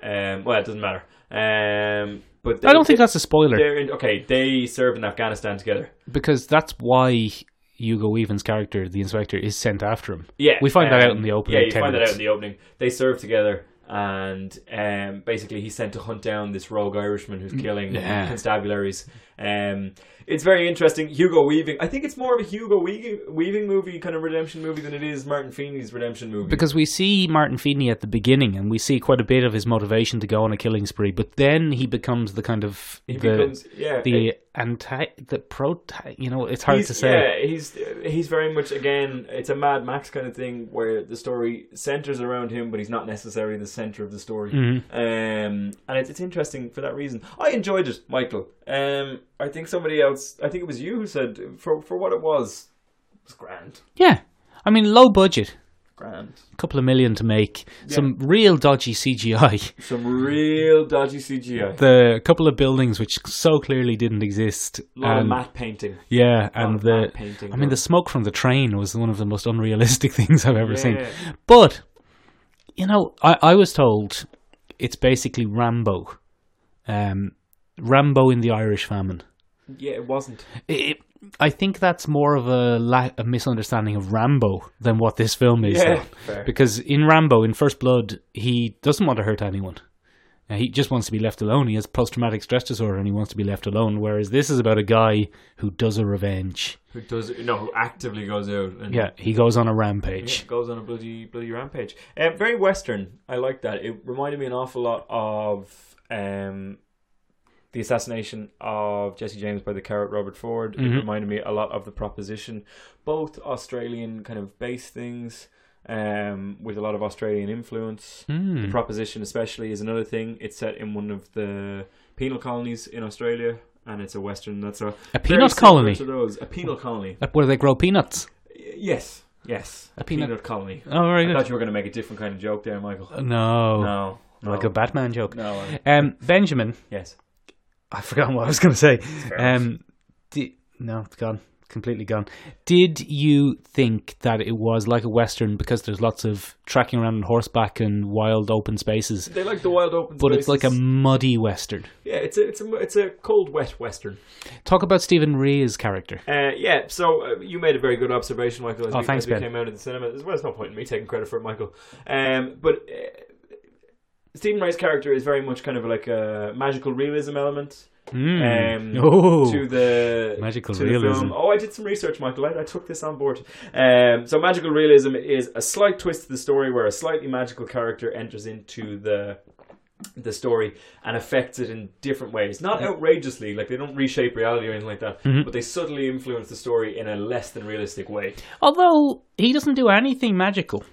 Speaker 2: Um, well, it doesn't matter. Um, but they,
Speaker 1: I don't think that's a spoiler.
Speaker 2: they're in, okay. They serve in Afghanistan together.
Speaker 1: because that's why Hugo Weaving's character, the inspector, is sent after him.
Speaker 2: Yeah,
Speaker 1: we find that
Speaker 2: um,
Speaker 1: out in the opening.
Speaker 2: Yeah, you
Speaker 1: 10
Speaker 2: find
Speaker 1: minutes.
Speaker 2: that out in the opening. They serve together, and um, basically he's sent to hunt down this rogue Irishman who's killing
Speaker 1: Mm, yeah.
Speaker 2: constabularies. Um, it's very interesting. Hugo Weaving. I think it's more of a Hugo Weaving, Weaving movie, kind of redemption movie, than it is Martin Feeney's redemption movie.
Speaker 1: because we see Martin Feeney at the beginning, and we see quite a bit of his motivation to go on a killing spree. But then he becomes the kind of
Speaker 2: he
Speaker 1: the
Speaker 2: becomes yeah
Speaker 1: the
Speaker 2: eh,
Speaker 1: anti the pro. You know, it's hard
Speaker 2: he's,
Speaker 1: to say.
Speaker 2: Yeah, he's he's very much again. It's a Mad Max kind of thing where the story centers around him, but he's not necessarily the center of the story.
Speaker 1: Mm-hmm.
Speaker 2: Um, and it's, it's interesting for that reason. I enjoyed it, Michael. Um, I think somebody else. I think it was you who said for for what it was. It was grand,
Speaker 1: Yeah, I mean, low budget,
Speaker 2: grand.
Speaker 1: a couple of million to make, some real dodgy CGI.
Speaker 2: Some real dodgy CGI.
Speaker 1: The couple of buildings which so clearly didn't exist.
Speaker 2: A lot of
Speaker 1: and-
Speaker 2: matte painting.
Speaker 1: Yeah,
Speaker 2: lot
Speaker 1: and
Speaker 2: of
Speaker 1: the
Speaker 2: matte painting
Speaker 1: I mean the
Speaker 2: done.
Speaker 1: smoke from the train was one of the most unrealistic [laughs] things I've ever seen.
Speaker 2: Yeah.
Speaker 1: But you know, I, I was told it's basically Rambo. Um Rambo in the Irish famine.
Speaker 2: Yeah, it wasn't.
Speaker 1: It, I think that's more of a, la- a misunderstanding of Rambo than what this film is.
Speaker 2: Yeah,
Speaker 1: though.
Speaker 2: fair.
Speaker 1: Because in Rambo, in First Blood, he doesn't want to hurt anyone. Uh, He just wants to be left alone. He has post traumatic stress disorder and he wants to be left alone. Whereas this is about a guy who does a revenge.
Speaker 2: Who does no? Who actively goes out and
Speaker 1: Yeah, he goes on a rampage.
Speaker 2: Yeah, goes on a Uh, bloody bloody rampage. Um, very western. I like that. It reminded me an awful lot of um, the assassination of Jesse James by the carrot Robert Ford. It
Speaker 1: Mhm.
Speaker 2: reminded me a lot of the proposition, both Australian kind of base things um, with a lot of Australian influence.
Speaker 1: Hmm.
Speaker 2: The proposition, especially, is another thing. It's set in one of the penal colonies in Australia, and it's a Western. That's a
Speaker 1: A
Speaker 2: very
Speaker 1: peanut
Speaker 2: similar
Speaker 1: colony.
Speaker 2: To those, a penal colony.
Speaker 1: Like, Where they grow peanuts.
Speaker 2: Y- Yes, yes,
Speaker 1: A peanut-
Speaker 2: colony.
Speaker 1: Oh, very
Speaker 2: I
Speaker 1: good.
Speaker 2: thought you were going to make a different kind of joke there, Michael.
Speaker 1: No.
Speaker 2: no, no.
Speaker 1: Like a Batman joke.
Speaker 2: no. I-
Speaker 1: Um, Benjamin,
Speaker 2: Yes.
Speaker 1: I forgot what I was going to say.
Speaker 2: fair
Speaker 1: Um, di- no, it's gone. Completely gone. Did you think that it was like a Western because there's lots of tracking around on horseback and wild open spaces?
Speaker 2: They like the wild open.
Speaker 1: But it's like a
Speaker 2: spaces.
Speaker 1: muddy Western.
Speaker 2: yeah. It's a it's a it's a cold wet western.
Speaker 1: Talk about Stephen Ray's character.
Speaker 2: Uh, yeah. So uh, you made a very good observation, Michael. As
Speaker 1: Oh,
Speaker 2: we,
Speaker 1: thanks,
Speaker 2: as we
Speaker 1: Ben.
Speaker 2: Came out in the cinema. There's- Well, there's no point in me taking credit for it, Michael. Um, but. Uh, Stephen Wright's character is very much kind of like a magical realism element
Speaker 1: Mm.
Speaker 2: um,
Speaker 1: oh,
Speaker 2: to the
Speaker 1: magical
Speaker 2: to the
Speaker 1: realism.
Speaker 2: film. Oh, I did some research, Michael. I, I took this on board. Um, so, magical realism is a slight twist to the story where a slightly magical character enters into the the story and affects it in different ways. Not outrageously, like they don't reshape reality or anything like that,
Speaker 1: Mm-hmm.
Speaker 2: but they subtly influence the story in a less than realistic way.
Speaker 1: Although he doesn't do anything magical.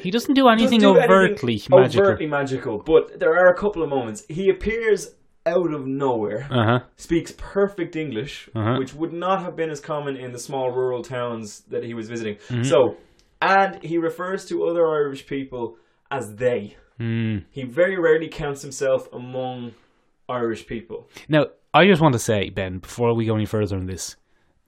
Speaker 1: He doesn't do anything
Speaker 2: Doesn't do
Speaker 1: overtly
Speaker 2: anything
Speaker 1: magical.
Speaker 2: Overtly magical, but there are a couple of moments. He appears out of nowhere.
Speaker 1: Uh huh.
Speaker 2: speaks perfect English,
Speaker 1: Uh-huh.
Speaker 2: which would not have been as common in the small rural towns that he was visiting.
Speaker 1: Mm-hmm.
Speaker 2: So, and he refers to other Irish people as they.
Speaker 1: Mm.
Speaker 2: He very rarely counts himself among Irish people.
Speaker 1: Now, I just want to say, Ben, before we go any further on this,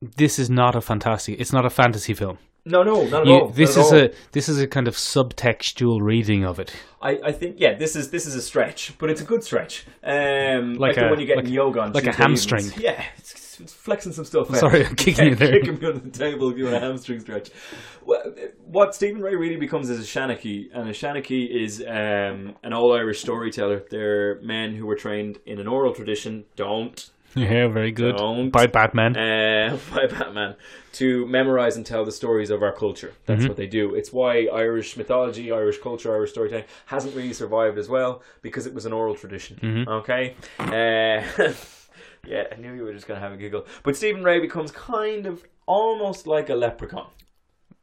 Speaker 1: this is not a fantastic. It's not a fantasy film.
Speaker 2: No, no, not at
Speaker 1: You-
Speaker 2: all.
Speaker 1: this
Speaker 2: not
Speaker 1: is
Speaker 2: at all.
Speaker 1: a this is a kind of subtextual reading of it.
Speaker 2: I, I think yeah, this is this is a stretch, but it's a good stretch. Um,
Speaker 1: Like
Speaker 2: like, the
Speaker 1: a-
Speaker 2: one you get
Speaker 1: like-
Speaker 2: in yoga on
Speaker 1: like a
Speaker 2: Tuesday evenings.
Speaker 1: hamstring.
Speaker 2: Yeah, it's, it's flexing some stuff. out.
Speaker 1: Sorry, I'm kicking
Speaker 2: Yeah, [laughs]
Speaker 1: you there.
Speaker 2: Kicking me under the table, doing a hamstring stretch. Well, What Stephen Ray really becomes is a shanachie, and a shanachie is um, an all Irish storyteller. They're men who were trained in an oral tradition. Don't
Speaker 1: Yeah, very good.
Speaker 2: Don't.
Speaker 1: By Batman.
Speaker 2: uh, [laughs] by Batman to memorize and tell the stories of our culture. That's
Speaker 1: Mm-hmm.
Speaker 2: what they do. It's why Irish mythology, Irish culture, Irish storytelling hasn't really survived as well because it was an oral tradition.
Speaker 1: Mm-hmm.
Speaker 2: Okay. Uh, [laughs] yeah, I knew you were just going to have a giggle. But Stephen Ray becomes kind of almost like a leprechaun.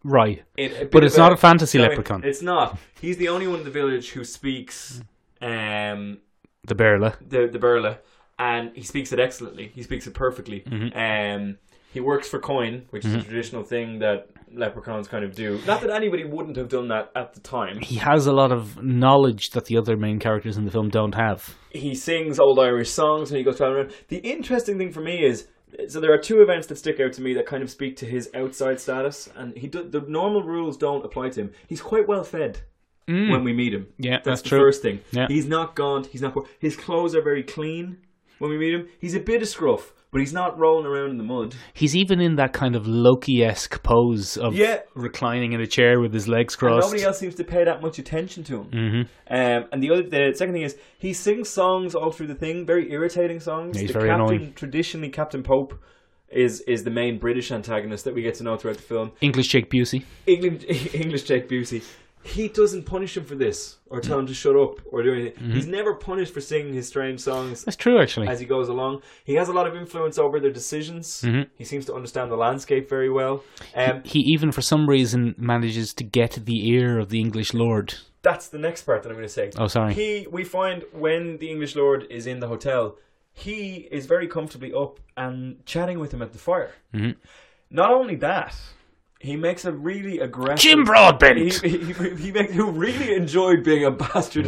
Speaker 1: right.
Speaker 2: It- a
Speaker 1: But
Speaker 2: bit
Speaker 1: it's
Speaker 2: of
Speaker 1: not a fantasy
Speaker 2: no, it-
Speaker 1: leprechaun.
Speaker 2: It's not. He's the only one in the village who speaks um,
Speaker 1: The Berla.
Speaker 2: the the Berla, and he speaks it excellently. He speaks it perfectly. Um, he works for coin, which is a traditional thing that leprechauns kind of do. Not that anybody wouldn't have done that at the time.
Speaker 1: He has a lot of knowledge that the other main characters in the film don't have.
Speaker 2: He sings old Irish songs and he goes traveling around. The interesting thing for me is. So there are two events that stick out to me that kind of speak to his outside status, and he do, the normal rules don't apply to him. He's quite well fed when we meet him.
Speaker 1: Mm. Yeah,
Speaker 2: that's,
Speaker 1: that's
Speaker 2: the
Speaker 1: true.
Speaker 2: first thing.
Speaker 1: Yeah.
Speaker 2: He's not gaunt. He's not. poor. His clothes are very clean. When we meet him, he's a bit of scruff, but he's not rolling around in the mud.
Speaker 1: He's even in that kind of Loki esque pose of
Speaker 2: Yeah.
Speaker 1: reclining in a chair with his legs
Speaker 2: And
Speaker 1: crossed.
Speaker 2: nobody else seems to pay that much attention to him.
Speaker 1: Mm-hmm.
Speaker 2: Um, and the other, the second thing is he sings songs all through the thing, very irritating songs.
Speaker 1: Yeah, he's
Speaker 2: the
Speaker 1: very
Speaker 2: captain,
Speaker 1: annoying.
Speaker 2: Traditionally, Captain Pope is is the main British antagonist that we get to know throughout the film.
Speaker 1: English Jake Busey.
Speaker 2: England, [laughs] English Jake Busey. He doesn't punish him for this, or tell him to shut up, or do anything.
Speaker 1: Mm-hmm.
Speaker 2: He's never punished for singing his strange songs.
Speaker 1: That's true, actually.
Speaker 2: as he goes along. He has a lot of influence over their decisions.
Speaker 1: Mm-hmm.
Speaker 2: He seems to understand the landscape very well. Um,
Speaker 1: he even, for some reason, manages to get the ear of the English lord.
Speaker 2: that's the next part that I'm going to say.
Speaker 1: Oh, sorry.
Speaker 2: He, we find when the English lord is in the hotel, he is very comfortably up and chatting with him at the fire.
Speaker 1: Mm-hmm.
Speaker 2: Not only that, he makes a really aggressive.
Speaker 1: Jim Broadbent!
Speaker 2: He, he, he makes, who really enjoyed being a bastard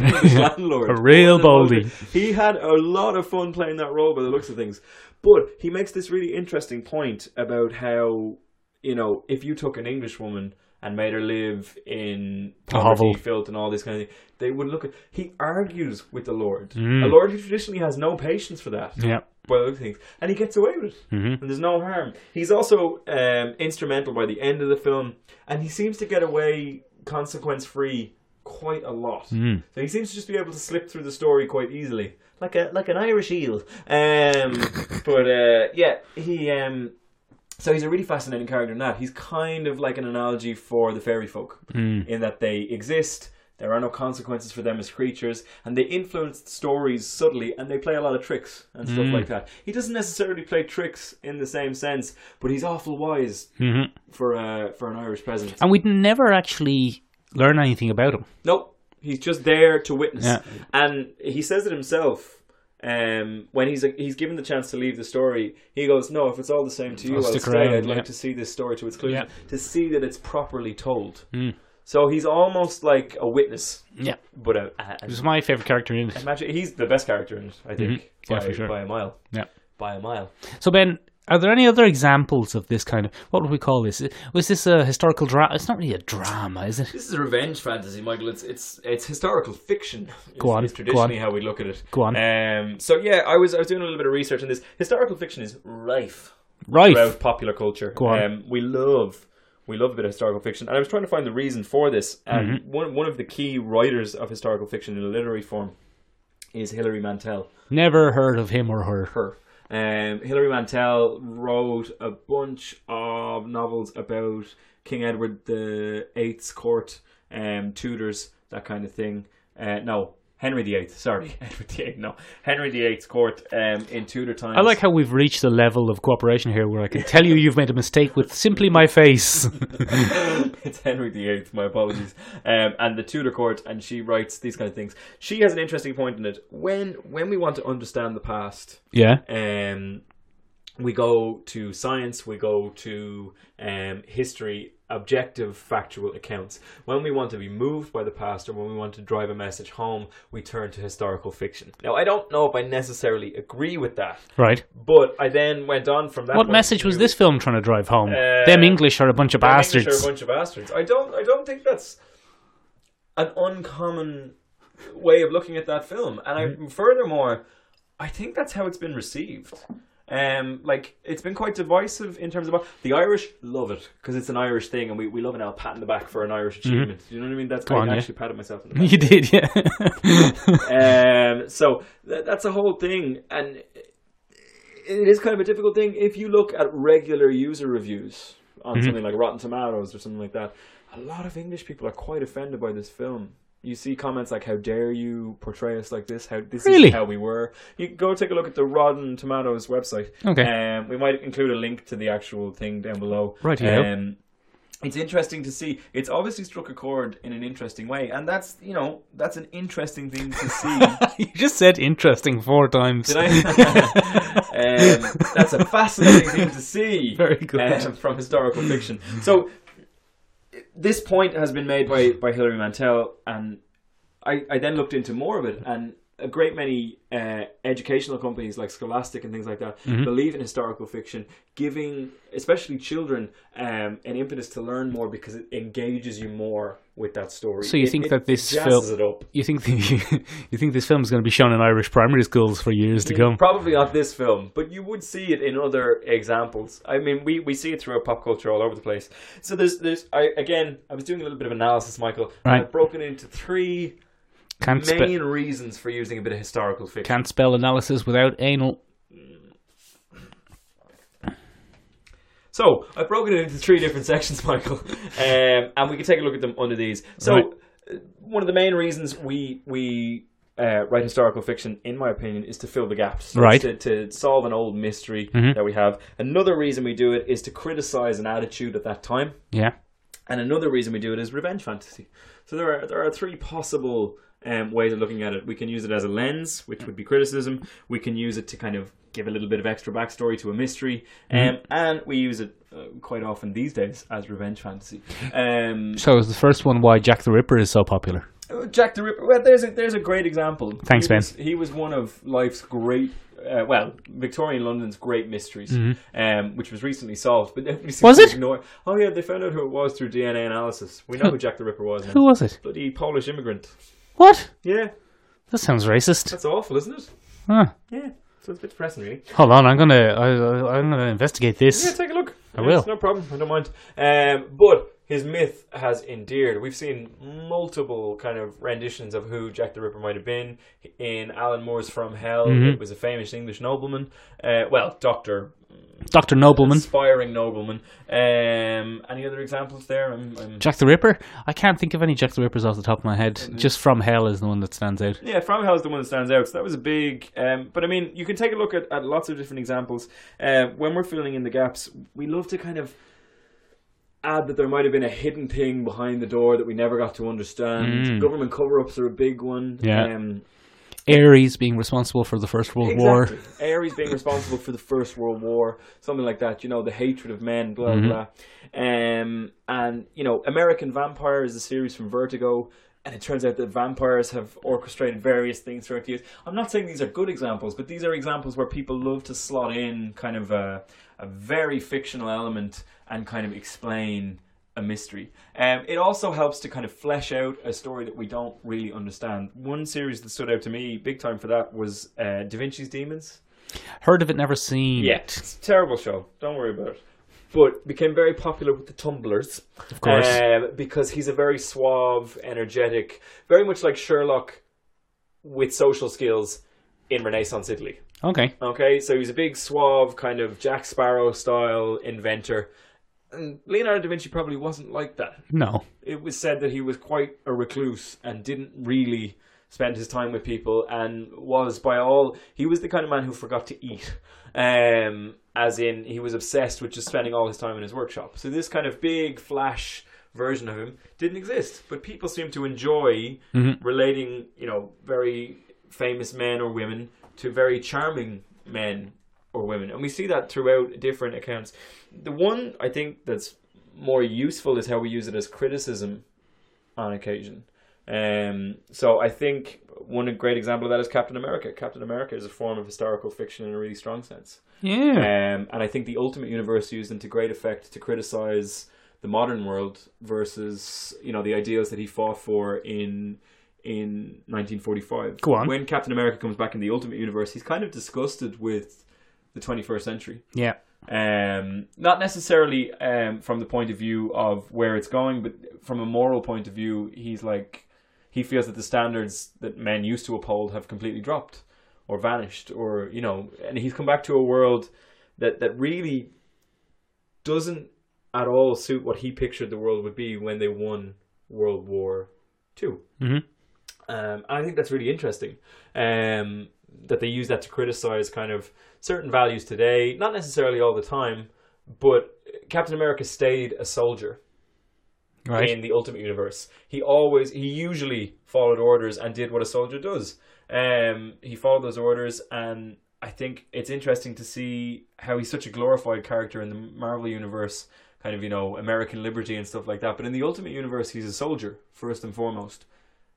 Speaker 1: [laughs]
Speaker 2: English landlord.
Speaker 1: A real
Speaker 2: More than
Speaker 1: baldy.
Speaker 2: others. He had a lot of fun playing that role by the looks of things. But he makes this really interesting point about how, you know, if you took an English woman and made her live in
Speaker 1: hovel.
Speaker 2: poverty, filth, and all this kind of thing, they would look at. He argues with the Lord. A Lord who traditionally has no patience for that
Speaker 1: yeah.
Speaker 2: by other things, and he gets away with it. And there's no harm. He's also um, instrumental by the end of the film, and he seems to get away consequence free quite a lot. So he seems to just be able to slip through the story quite easily, like a like an Irish eel. Um, [laughs] but uh, yeah, he. Um, so he's a really fascinating character in that. He's kind of like an analogy for the fairy folk in that they exist. There are no consequences for them as creatures, and they influence the stories subtly, and they play a lot of tricks and stuff like that. He doesn't necessarily play tricks in the same sense, but he's awful wise for uh, for an Irish peasant.
Speaker 1: And we'd never actually learn anything about him.
Speaker 2: Nope. He's just there to witness.
Speaker 1: Yeah.
Speaker 2: And he says it himself. Um, when he's he's given the chance to leave the story, he goes, "No, if it's all the same to you, I'll,
Speaker 1: stick
Speaker 2: stay.
Speaker 1: around,
Speaker 2: I'd like
Speaker 1: yeah.
Speaker 2: to see this story to its conclusion,
Speaker 1: Yeah. Hmm.
Speaker 2: to see that it's properly told." So he's almost like a witness,
Speaker 1: Yeah.
Speaker 2: but a, a-
Speaker 1: He's my favorite character in it.
Speaker 2: imagine he's the best character in it. I think
Speaker 1: Yeah,
Speaker 2: by,
Speaker 1: for sure.
Speaker 2: by a mile,
Speaker 1: Yeah.
Speaker 2: by a mile.
Speaker 1: So Ben, are there any other examples of this kind of what would we call this? Was this a historical drama? It's not really a drama, is it?
Speaker 2: This is a revenge fantasy, Michael. It's it's it's historical fiction.
Speaker 1: Go
Speaker 2: is-
Speaker 1: on,
Speaker 2: is
Speaker 1: go
Speaker 2: traditionally
Speaker 1: on.
Speaker 2: how we look at it.
Speaker 1: Go on.
Speaker 2: Um, so yeah, I was I was doing a little bit of research on this. Historical fiction is rife
Speaker 1: Right.
Speaker 2: throughout popular culture.
Speaker 1: Go on.
Speaker 2: Um, we love we love a bit of historical fiction, and I was trying to find the reason for this. And
Speaker 1: Mm-hmm.
Speaker 2: one one of the key writers of historical fiction in a literary form is Hilary Mantel.
Speaker 1: Never heard of him or her.
Speaker 2: Her. Um, Hilary Mantel wrote a bunch of novels about King Edward the Eighth's court, um, Tudors, that kind of thing. Uh, no, Henry the Eighth. Sorry, [laughs] Edward the Eighth. No, Henry the Eighth's court um, in Tudor times.
Speaker 1: I like how we've reached the level of cooperation here where I can tell you you've made a mistake with simply my face.
Speaker 2: [laughs] it's Henry VIII. My apologies. Um, and the Tudor court, and she writes these kind of things. She has an interesting point in it. When when we want to understand the past,
Speaker 1: [laughs] yeah.
Speaker 2: um, we go to science, we go to um, history, objective, factual accounts. When we want to be moved by the past or when we want to drive a message home, we turn to historical fiction. Now, I don't know if I necessarily agree with that,
Speaker 1: Right.
Speaker 2: but I then went on from that.
Speaker 1: What
Speaker 2: point
Speaker 1: message
Speaker 2: to-
Speaker 1: was this film trying to drive home?
Speaker 2: Uh,
Speaker 1: Them English are a bunch of
Speaker 2: I think
Speaker 1: bastards. [laughs]
Speaker 2: they're a bunch of bastards. I don't. I don't think that's an uncommon way of looking at that film. And
Speaker 1: Mm-hmm.
Speaker 2: I, furthermore, I think that's how it's been received. Um, like it's been quite divisive in terms of the Irish love it because it's an Irish thing, and we, we love an I'll pat in the back for an Irish achievement. Do You know what I mean? That's I
Speaker 1: Mm-hmm. on, yeah.
Speaker 2: actually patted myself
Speaker 1: [laughs]
Speaker 2: in the back
Speaker 1: you did,
Speaker 2: [laughs]
Speaker 1: yeah.
Speaker 2: um, so th- that's a whole thing, and it is kind of a difficult thing. If you look at regular user reviews on
Speaker 1: Mm-hmm.
Speaker 2: something like Rotten Tomatoes or something like that, a lot of English people are quite offended by this film. You see comments like "How dare you portray us like this? How this
Speaker 1: Really?
Speaker 2: is how we were." You can go take a look at the Rotten Tomatoes website.
Speaker 1: Okay.
Speaker 2: Um, we might include a link to the actual thing down below.
Speaker 1: Rightio.
Speaker 2: Um, it's interesting to see. It's obviously struck a chord in an interesting way, and that's you know that's an interesting thing to see.
Speaker 1: you just said interesting four times.
Speaker 2: Did I? [laughs] um, that's a fascinating thing to see.
Speaker 1: [laughs] Very good.
Speaker 2: [laughs] um, from historical fiction. So this point has been made by by Hilary Mantel, and I, I then looked into more of it, and a great many uh, educational companies like Scholastic and things like that
Speaker 1: Mm-hmm.
Speaker 2: believe in historical fiction, giving especially children um, an impetus to learn more because it engages you more with that story.
Speaker 1: So you
Speaker 2: It-
Speaker 1: think
Speaker 2: it
Speaker 1: that this
Speaker 2: jazzes
Speaker 1: film-
Speaker 2: it up.
Speaker 1: You think the, [laughs] you think this film's going to be shown in Irish primary schools for years to come?
Speaker 2: Probably not this film, but you would see it in other examples. I mean, we, we see it throughout pop culture all over the place. So there's there's I again I was doing a little bit of analysis, Michael. and
Speaker 1: Right.
Speaker 2: I've broken it into three
Speaker 1: Can't spe-
Speaker 2: main reasons for using a bit of historical fiction.
Speaker 1: can't spell analysis without anal.
Speaker 2: So I've broken it into three different [laughs] sections, Michael, um, and we can take a look at them under these. So
Speaker 1: Right.
Speaker 2: uh, one of the main reasons we we uh, write historical fiction, in my opinion, is to fill the gaps, So
Speaker 1: Right. Mm-hmm.
Speaker 2: it's To, to solve an old mystery that we have. Another reason we do it is to criticize an attitude at that time.
Speaker 1: Yeah.
Speaker 2: And another reason we do it is revenge fantasy. So there are there are three possible um, ways of looking at it. We can use it as a lens, which would be criticism. We can use it to kind of give a little bit of extra backstory to a mystery,
Speaker 1: Mm-hmm.
Speaker 2: um, and we use it uh, quite often these days as revenge fantasy. Um,
Speaker 1: So is the first one why Jack the Ripper is so popular?
Speaker 2: Jack the Ripper. Well, there's a there's a great example.
Speaker 1: Thanks,
Speaker 2: he
Speaker 1: Ben.
Speaker 2: Was, he was one of life's great. Uh, well, Victorian London's great mysteries, um, which was recently solved, but [laughs] everybody seems
Speaker 1: Mm-hmm. Was
Speaker 2: to
Speaker 1: it?
Speaker 2: Ignore. Oh yeah, they found out who it was through DNA analysis. We know who Jack the Ripper
Speaker 1: [laughs]
Speaker 2: was. now.
Speaker 1: Who was it?
Speaker 2: bloody Polish immigrant.
Speaker 1: What?
Speaker 2: Yeah,
Speaker 1: That sounds racist.
Speaker 2: that's awful, isn't it?
Speaker 1: Huh.
Speaker 2: Yeah, so it's a bit depressing, [laughs] really.
Speaker 1: Hold on, I'm gonna I, I, I'm gonna investigate
Speaker 2: Yeah,
Speaker 1: this.
Speaker 2: take a look. I
Speaker 1: will.
Speaker 2: no problem. I don't mind. Um, but his myth has endeared. We've seen multiple kind of renditions of who Jack the Ripper might have been.
Speaker 1: Mm-hmm.
Speaker 2: In Alan Moore's From Hell, it was a famous English nobleman. Uh, well, doctor
Speaker 1: Dr. Nobleman.
Speaker 2: Inspiring nobleman. Um, any other examples there? I'm, I'm
Speaker 1: Jack the Ripper? I can't think of any Jack the Rippers off the top of my head. Just From Hell is the one that stands out.
Speaker 2: Yeah, From Hell's the one that stands out. So that was a big. Um, but I mean, you can take a look at, at lots of different examples. Uh, when we're filling in the gaps, we love to kind of add that there might have been a hidden thing behind the door that we never got to understand.
Speaker 1: Mm.
Speaker 2: Government cover ups are a big one.
Speaker 1: Yeah.
Speaker 2: Um,
Speaker 1: Ares being responsible for the First World War.
Speaker 2: Exactly. Ares being responsible for the First World War, something like that. You know, the hatred of men, blah
Speaker 1: Mm-hmm.
Speaker 2: blah. Um, and you know, American Vampire is a series from Vertigo, and it turns out that vampires have orchestrated various things throughout the years. I'm not saying these are good examples, but these are examples where people love to slot in kind of a, a very fictional element and kind of explain a mystery. Um, it also helps to kind of flesh out a story that we don't really understand. One series that stood out to me big time for that was uh, Da Vinci's Demons.
Speaker 1: Heard of it, never seen.
Speaker 2: It's a terrible show. Don't worry about it. But became very popular with the Tumblers. Of
Speaker 1: course.
Speaker 2: because he's a very suave, energetic, very much like Sherlock with social skills in Renaissance Italy.
Speaker 1: Okay.
Speaker 2: Okay, so he's a big, suave, kind of Jack Sparrow style inventor. And Leonardo da Vinci probably wasn't like that
Speaker 1: No.
Speaker 2: it was said that he was quite a recluse and didn't really spend his time with people and was by all he was the kind of man who forgot to eat um as in he was obsessed with just spending all his time in his workshop so this kind of big flash version of him didn't exist but people seem to enjoy relating you know very famous men or women to very charming men or women and we see that throughout different accounts the one i think that's more useful is how we use it as criticism on occasion. Um, so I think one great example of that is Captain America. Captain America is a form of historical fiction in a really strong sense.
Speaker 1: Yeah.
Speaker 2: Um, and I think the Ultimate Universe used them to great effect to criticize the modern world versus you know the ideals that he fought for in in 1945.
Speaker 1: Go on.
Speaker 2: When Captain America comes back in the Ultimate Universe, he's kind of disgusted with the 21st century
Speaker 1: Yeah.
Speaker 2: um, not necessarily um, from the point of view of where it's going, but from a moral point of view, he's like he feels that the standards that men used to uphold have completely dropped or vanished, or you know, and he's come back to a world that that really doesn't at all suit what he pictured the world would be when they won World War 2
Speaker 1: Mhm.
Speaker 2: Um, and I think that's really interesting um, that they use that to criticize kind of certain values today, not necessarily all the time, but Captain America stayed a soldier
Speaker 1: Right.
Speaker 2: in the Ultimate Universe. He always, he usually followed orders and did what a soldier does. Um, he followed those orders, and I think it's interesting to see how he's such a glorified character in the Marvel Universe, kind of, you know, American liberty and stuff like that. But in the Ultimate Universe, he's a soldier, first and foremost.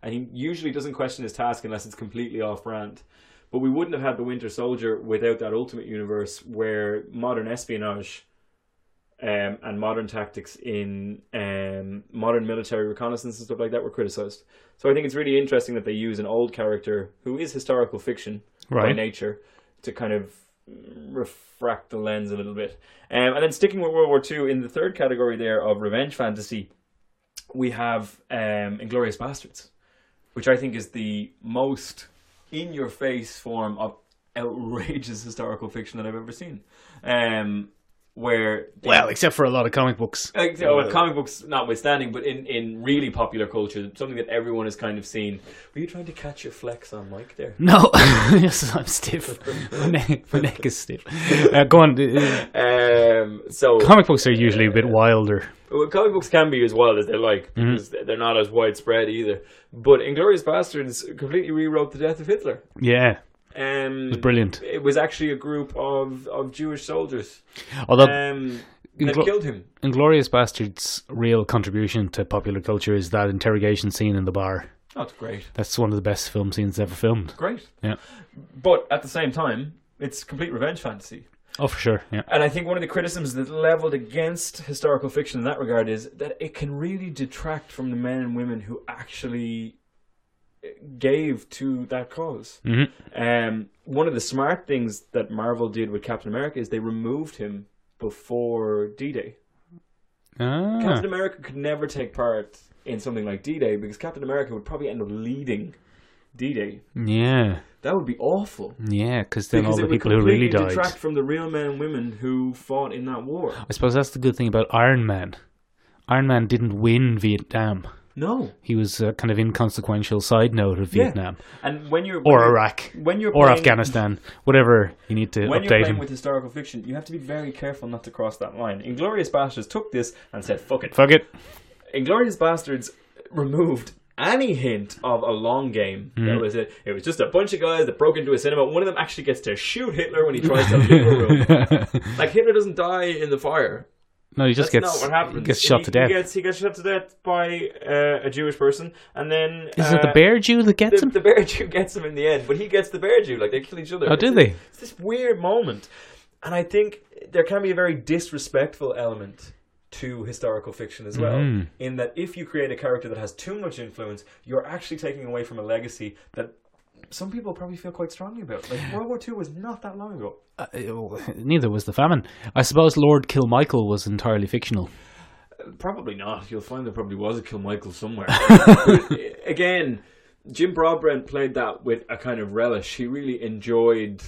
Speaker 2: And he usually doesn't question his task unless it's completely off brand. But we wouldn't have had the Winter Soldier without that Ultimate Universe where modern espionage um, and modern tactics in um, modern military reconnaissance and stuff like that were criticized. So I think it's really interesting that they use an old character who is historical fiction by
Speaker 1: Right.
Speaker 2: nature to kind of refract the lens a little bit. Um, and then sticking with World War II, in the third category there of revenge fantasy, we have um, Inglorious Bastards, which I think is the most in your face form of [laughs] outrageous historical fiction that I've ever seen. Um, where
Speaker 1: Well, except for a lot of comic books.
Speaker 2: like, so, well, oh, comic books notwithstanding, but in, in really popular culture, something that everyone has kind of seen. Were you trying to catch your flex on Mike there?
Speaker 1: No, [laughs] yes, I'm stiff. My neck, my neck is stiff. Uh, go on. Uh,
Speaker 2: [laughs] Um, so
Speaker 1: Comic books are usually a bit wilder.
Speaker 2: Well, comic books can be as wild as they like
Speaker 1: Mm-hmm.
Speaker 2: because they're not as widespread either. But Inglorious Bastards completely rewrote the death of Hitler.
Speaker 1: Yeah,
Speaker 2: Um,
Speaker 1: it's brilliant.
Speaker 2: It was actually a group of, of Jewish soldiers
Speaker 1: Although
Speaker 2: um, that
Speaker 1: Inglo-
Speaker 2: killed him.
Speaker 1: Inglorious Bastard's real contribution to popular culture is that interrogation scene in the bar.
Speaker 2: That's great.
Speaker 1: That's one of the best film scenes ever filmed.
Speaker 2: Great.
Speaker 1: Yeah.
Speaker 2: But at the same time, it's complete revenge fantasy.
Speaker 1: Oh, for sure. Yeah.
Speaker 2: And I think one of the criticisms that leveled against historical fiction in that regard is that it can really detract from the men and women who actually gave to that because
Speaker 1: Mhm.
Speaker 2: Um, one of the smart things that Marvel did with Captain America is they removed him before D-Day.
Speaker 1: Ah,
Speaker 2: Captain America could never take part in something like D-Day because Captain America would probably end up leading D-Day.
Speaker 1: Yeah,
Speaker 2: That would be awful.
Speaker 1: yeah, because then all
Speaker 2: Because
Speaker 1: the
Speaker 2: it would
Speaker 1: people who really
Speaker 2: completely
Speaker 1: died.
Speaker 2: detract from the real men and women who fought in that war.
Speaker 1: I suppose that's the good thing about Iron Man. Iron Man didn't win Vietnam.
Speaker 2: No.
Speaker 1: He was a kind of inconsequential side note of
Speaker 2: Yeah.
Speaker 1: Vietnam
Speaker 2: And when you're
Speaker 1: or
Speaker 2: when you're-
Speaker 1: Iraq
Speaker 2: when you're
Speaker 1: or
Speaker 2: playing-
Speaker 1: Afghanistan, whatever you need to
Speaker 2: When you're
Speaker 1: update
Speaker 2: playing
Speaker 1: him.
Speaker 2: with historical fiction, you have to be very careful not to cross that line. Inglorious Bastards took this and said, "Fuck it."
Speaker 1: Fuck
Speaker 2: [laughs]
Speaker 1: it.
Speaker 2: Inglorious Bastards removed any hint of a long game.
Speaker 1: Mm-hmm.
Speaker 2: That was it. It was just a bunch of guys that broke into a cinema. One of them actually gets to shoot Hitler when he tries to leave a
Speaker 1: [laughs]
Speaker 2: room. Like Hitler doesn't die in the fire.
Speaker 1: no, he just
Speaker 2: That's
Speaker 1: gets
Speaker 2: not what happens.
Speaker 1: gets shot
Speaker 2: He-
Speaker 1: to death.
Speaker 2: He gets, he gets shot to death by uh, a Jewish person, and then
Speaker 1: Is it the
Speaker 2: uh,
Speaker 1: bear Jew that gets
Speaker 2: The,
Speaker 1: him?
Speaker 2: the bear Jew gets him in the end, but he gets the bear Jew. Like they kill each other.
Speaker 1: Oh, do they?
Speaker 2: It's this weird moment, and I think there can be a very disrespectful element to historical fiction as well.
Speaker 1: Mm-hmm.
Speaker 2: In that, if you create a character that has too much influence, you're actually taking away from a legacy that some people probably feel quite strongly about. Like World War Two was not that long ago.
Speaker 1: Uh, neither was the famine. I suppose Lord Kilmichael was entirely fictional.
Speaker 2: Probably not. You'll find there probably was a Kilmichael somewhere. Again, Jim Broadbent played that with a kind of relish. He really enjoyed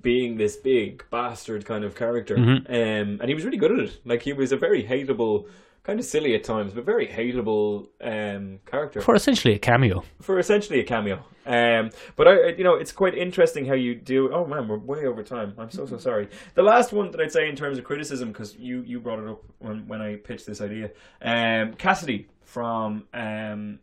Speaker 2: being this big bastard kind of character, um, and he was really good at it. Like he was a very hateable, kind of silly at times, but very hateable um, character
Speaker 1: For essentially a cameo.
Speaker 2: for essentially a cameo. Um, but I, you know, it's quite interesting how you do. Oh man, we're way over time. I'm
Speaker 1: Mm-hmm.
Speaker 2: so so sorry. The last one that I'd say in terms of criticism, because you you brought it up when when I pitched this idea, um, Cassidy from um,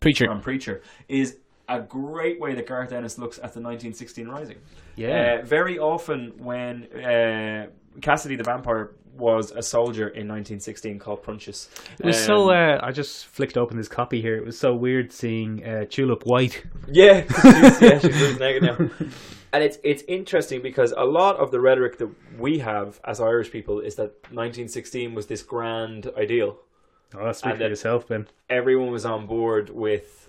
Speaker 1: Preacher.
Speaker 2: from Preacher is a great way that Garth Ennis looks at the 1916 Rising. Uh, very often when uh, Cassidy the vampire was a soldier in 1916 called Prunchus.
Speaker 1: It was
Speaker 2: Um,
Speaker 1: so. Uh, I just flicked open this copy here. It was so weird seeing uh, Tulip White.
Speaker 2: Yeah, she's, [laughs] yeah, she's losing out now. [laughs] And it's it's interesting because a lot of the rhetoric that we have as Irish people is that 1916 was this grand ideal.
Speaker 1: Oh, that's speaking
Speaker 2: And then-
Speaker 1: for yourself, Ben.
Speaker 2: Everyone was on board with.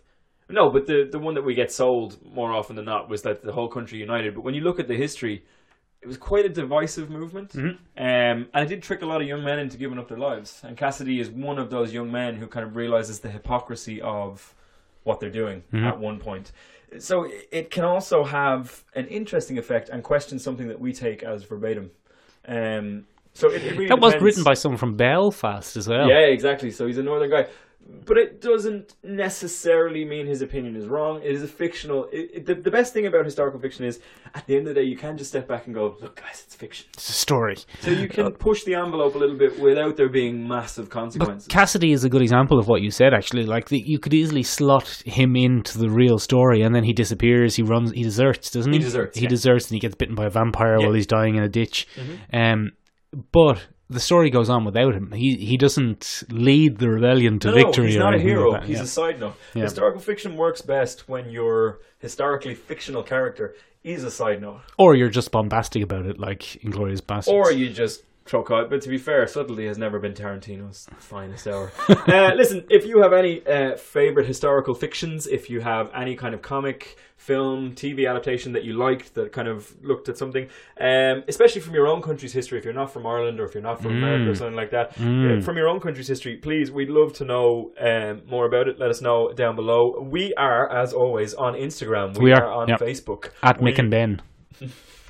Speaker 2: No, but the the one that we get sold more often than not was that the whole country united. But when you look at the history, it was quite a divisive movement,
Speaker 1: Mm-hmm.
Speaker 2: um, and it did trick a lot of young men into giving up their lives. And Cassidy is one of those young men who kind of realizes the hypocrisy of what they're doing
Speaker 1: Mm-hmm.
Speaker 2: at one point. So i- it can also have an interesting effect and question something that we take as verbatim. Um, so it, it really
Speaker 1: That was
Speaker 2: depends.
Speaker 1: written by someone from Belfast as well.
Speaker 2: Yeah, exactly. So he's a northern guy. But it doesn't necessarily mean his opinion is wrong. It is a fictional. It, it- the, the best thing about historical fiction is, at the end of the day, you can just step back and go, look, guys, it's fiction.
Speaker 1: It's a story.
Speaker 2: So you
Speaker 1: [laughs]
Speaker 2: can push the envelope a little bit without there being massive
Speaker 1: But
Speaker 2: consequences.
Speaker 1: Cassidy is a good example of what you said, actually. Like, the, you could easily slot him into the real story, and then he disappears, he runs, he deserts, doesn't he?
Speaker 2: He deserts,
Speaker 1: He
Speaker 2: yeah.
Speaker 1: deserts, and he gets bitten by a vampire
Speaker 2: Yeah. Mm-hmm.
Speaker 1: while he's dying in a ditch. Um, but the story goes on without him. He he doesn't lead the rebellion to
Speaker 2: no,
Speaker 1: victory.
Speaker 2: he's
Speaker 1: or
Speaker 2: not a
Speaker 1: anything like
Speaker 2: hero.
Speaker 1: that,
Speaker 2: he's
Speaker 1: yeah.
Speaker 2: a side note.
Speaker 1: Yeah.
Speaker 2: Historical fiction works best when your historically fictional character is a side note,
Speaker 1: Or you're just bombastic about it, like Inglorious Bastards.
Speaker 2: or you just truck out. But to be fair, subtlety has never been Tarantino's
Speaker 1: [laughs]
Speaker 2: finest hour. uh, listen, if you have any uh, favorite historical fictions, if you have any kind of comic, film, TV adaptation that you liked that kind of looked at something, um, especially from your own country's history, if you're not from Ireland or if you're not
Speaker 1: Mm.
Speaker 2: from America or something like that, uh, from your own country's history, please, we'd love to know um, more about it. Let us know down below. We are, as always, on Instagram. We,
Speaker 1: We are,
Speaker 2: are, on
Speaker 1: yep.
Speaker 2: Facebook.
Speaker 1: At
Speaker 2: We-
Speaker 1: Mick and Ben.
Speaker 2: [laughs]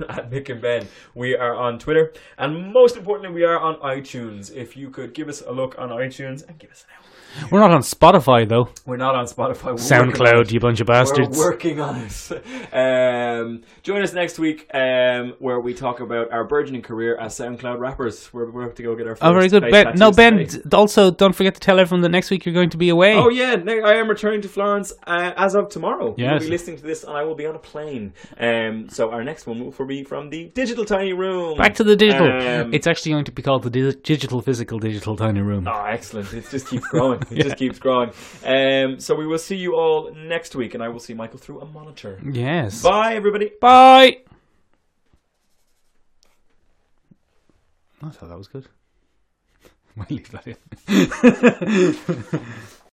Speaker 2: at Mick and Ben. We are on Twitter, and most importantly, we are on iTunes. If you could give us a look on iTunes and give us an out.
Speaker 1: We're not on Spotify, though.
Speaker 2: We're not on Spotify. We're working on
Speaker 1: SoundCloud,
Speaker 2: it.
Speaker 1: you bunch of
Speaker 2: We're
Speaker 1: bastards.
Speaker 2: working on it. [laughs] Um, join us next week um, where we talk about our burgeoning career as SoundCloud rappers. We're we're about to go get our first
Speaker 1: Oh, very good.
Speaker 2: face
Speaker 1: Ben, no,
Speaker 2: tattoos
Speaker 1: Ben,
Speaker 2: today.
Speaker 1: d- also don't forget to tell everyone that next week you're going to be away.
Speaker 2: Oh yeah, ne- I am returning to Florence uh, as of tomorrow. You will
Speaker 1: Yes.
Speaker 2: be listening to this, and I will be on a plane. Um, so our next one will be from the digital tiny room.
Speaker 1: Back to the digital.
Speaker 2: Um,
Speaker 1: it's actually going to be called the di- digital, physical, digital tiny room.
Speaker 2: Oh, excellent. It just keeps growing. It just keeps growing. Um, so we will see you all next week, and I will see Michael through a monitor.
Speaker 1: Yes.
Speaker 2: Bye, everybody.
Speaker 1: Bye. I thought that was good. Might leave that in.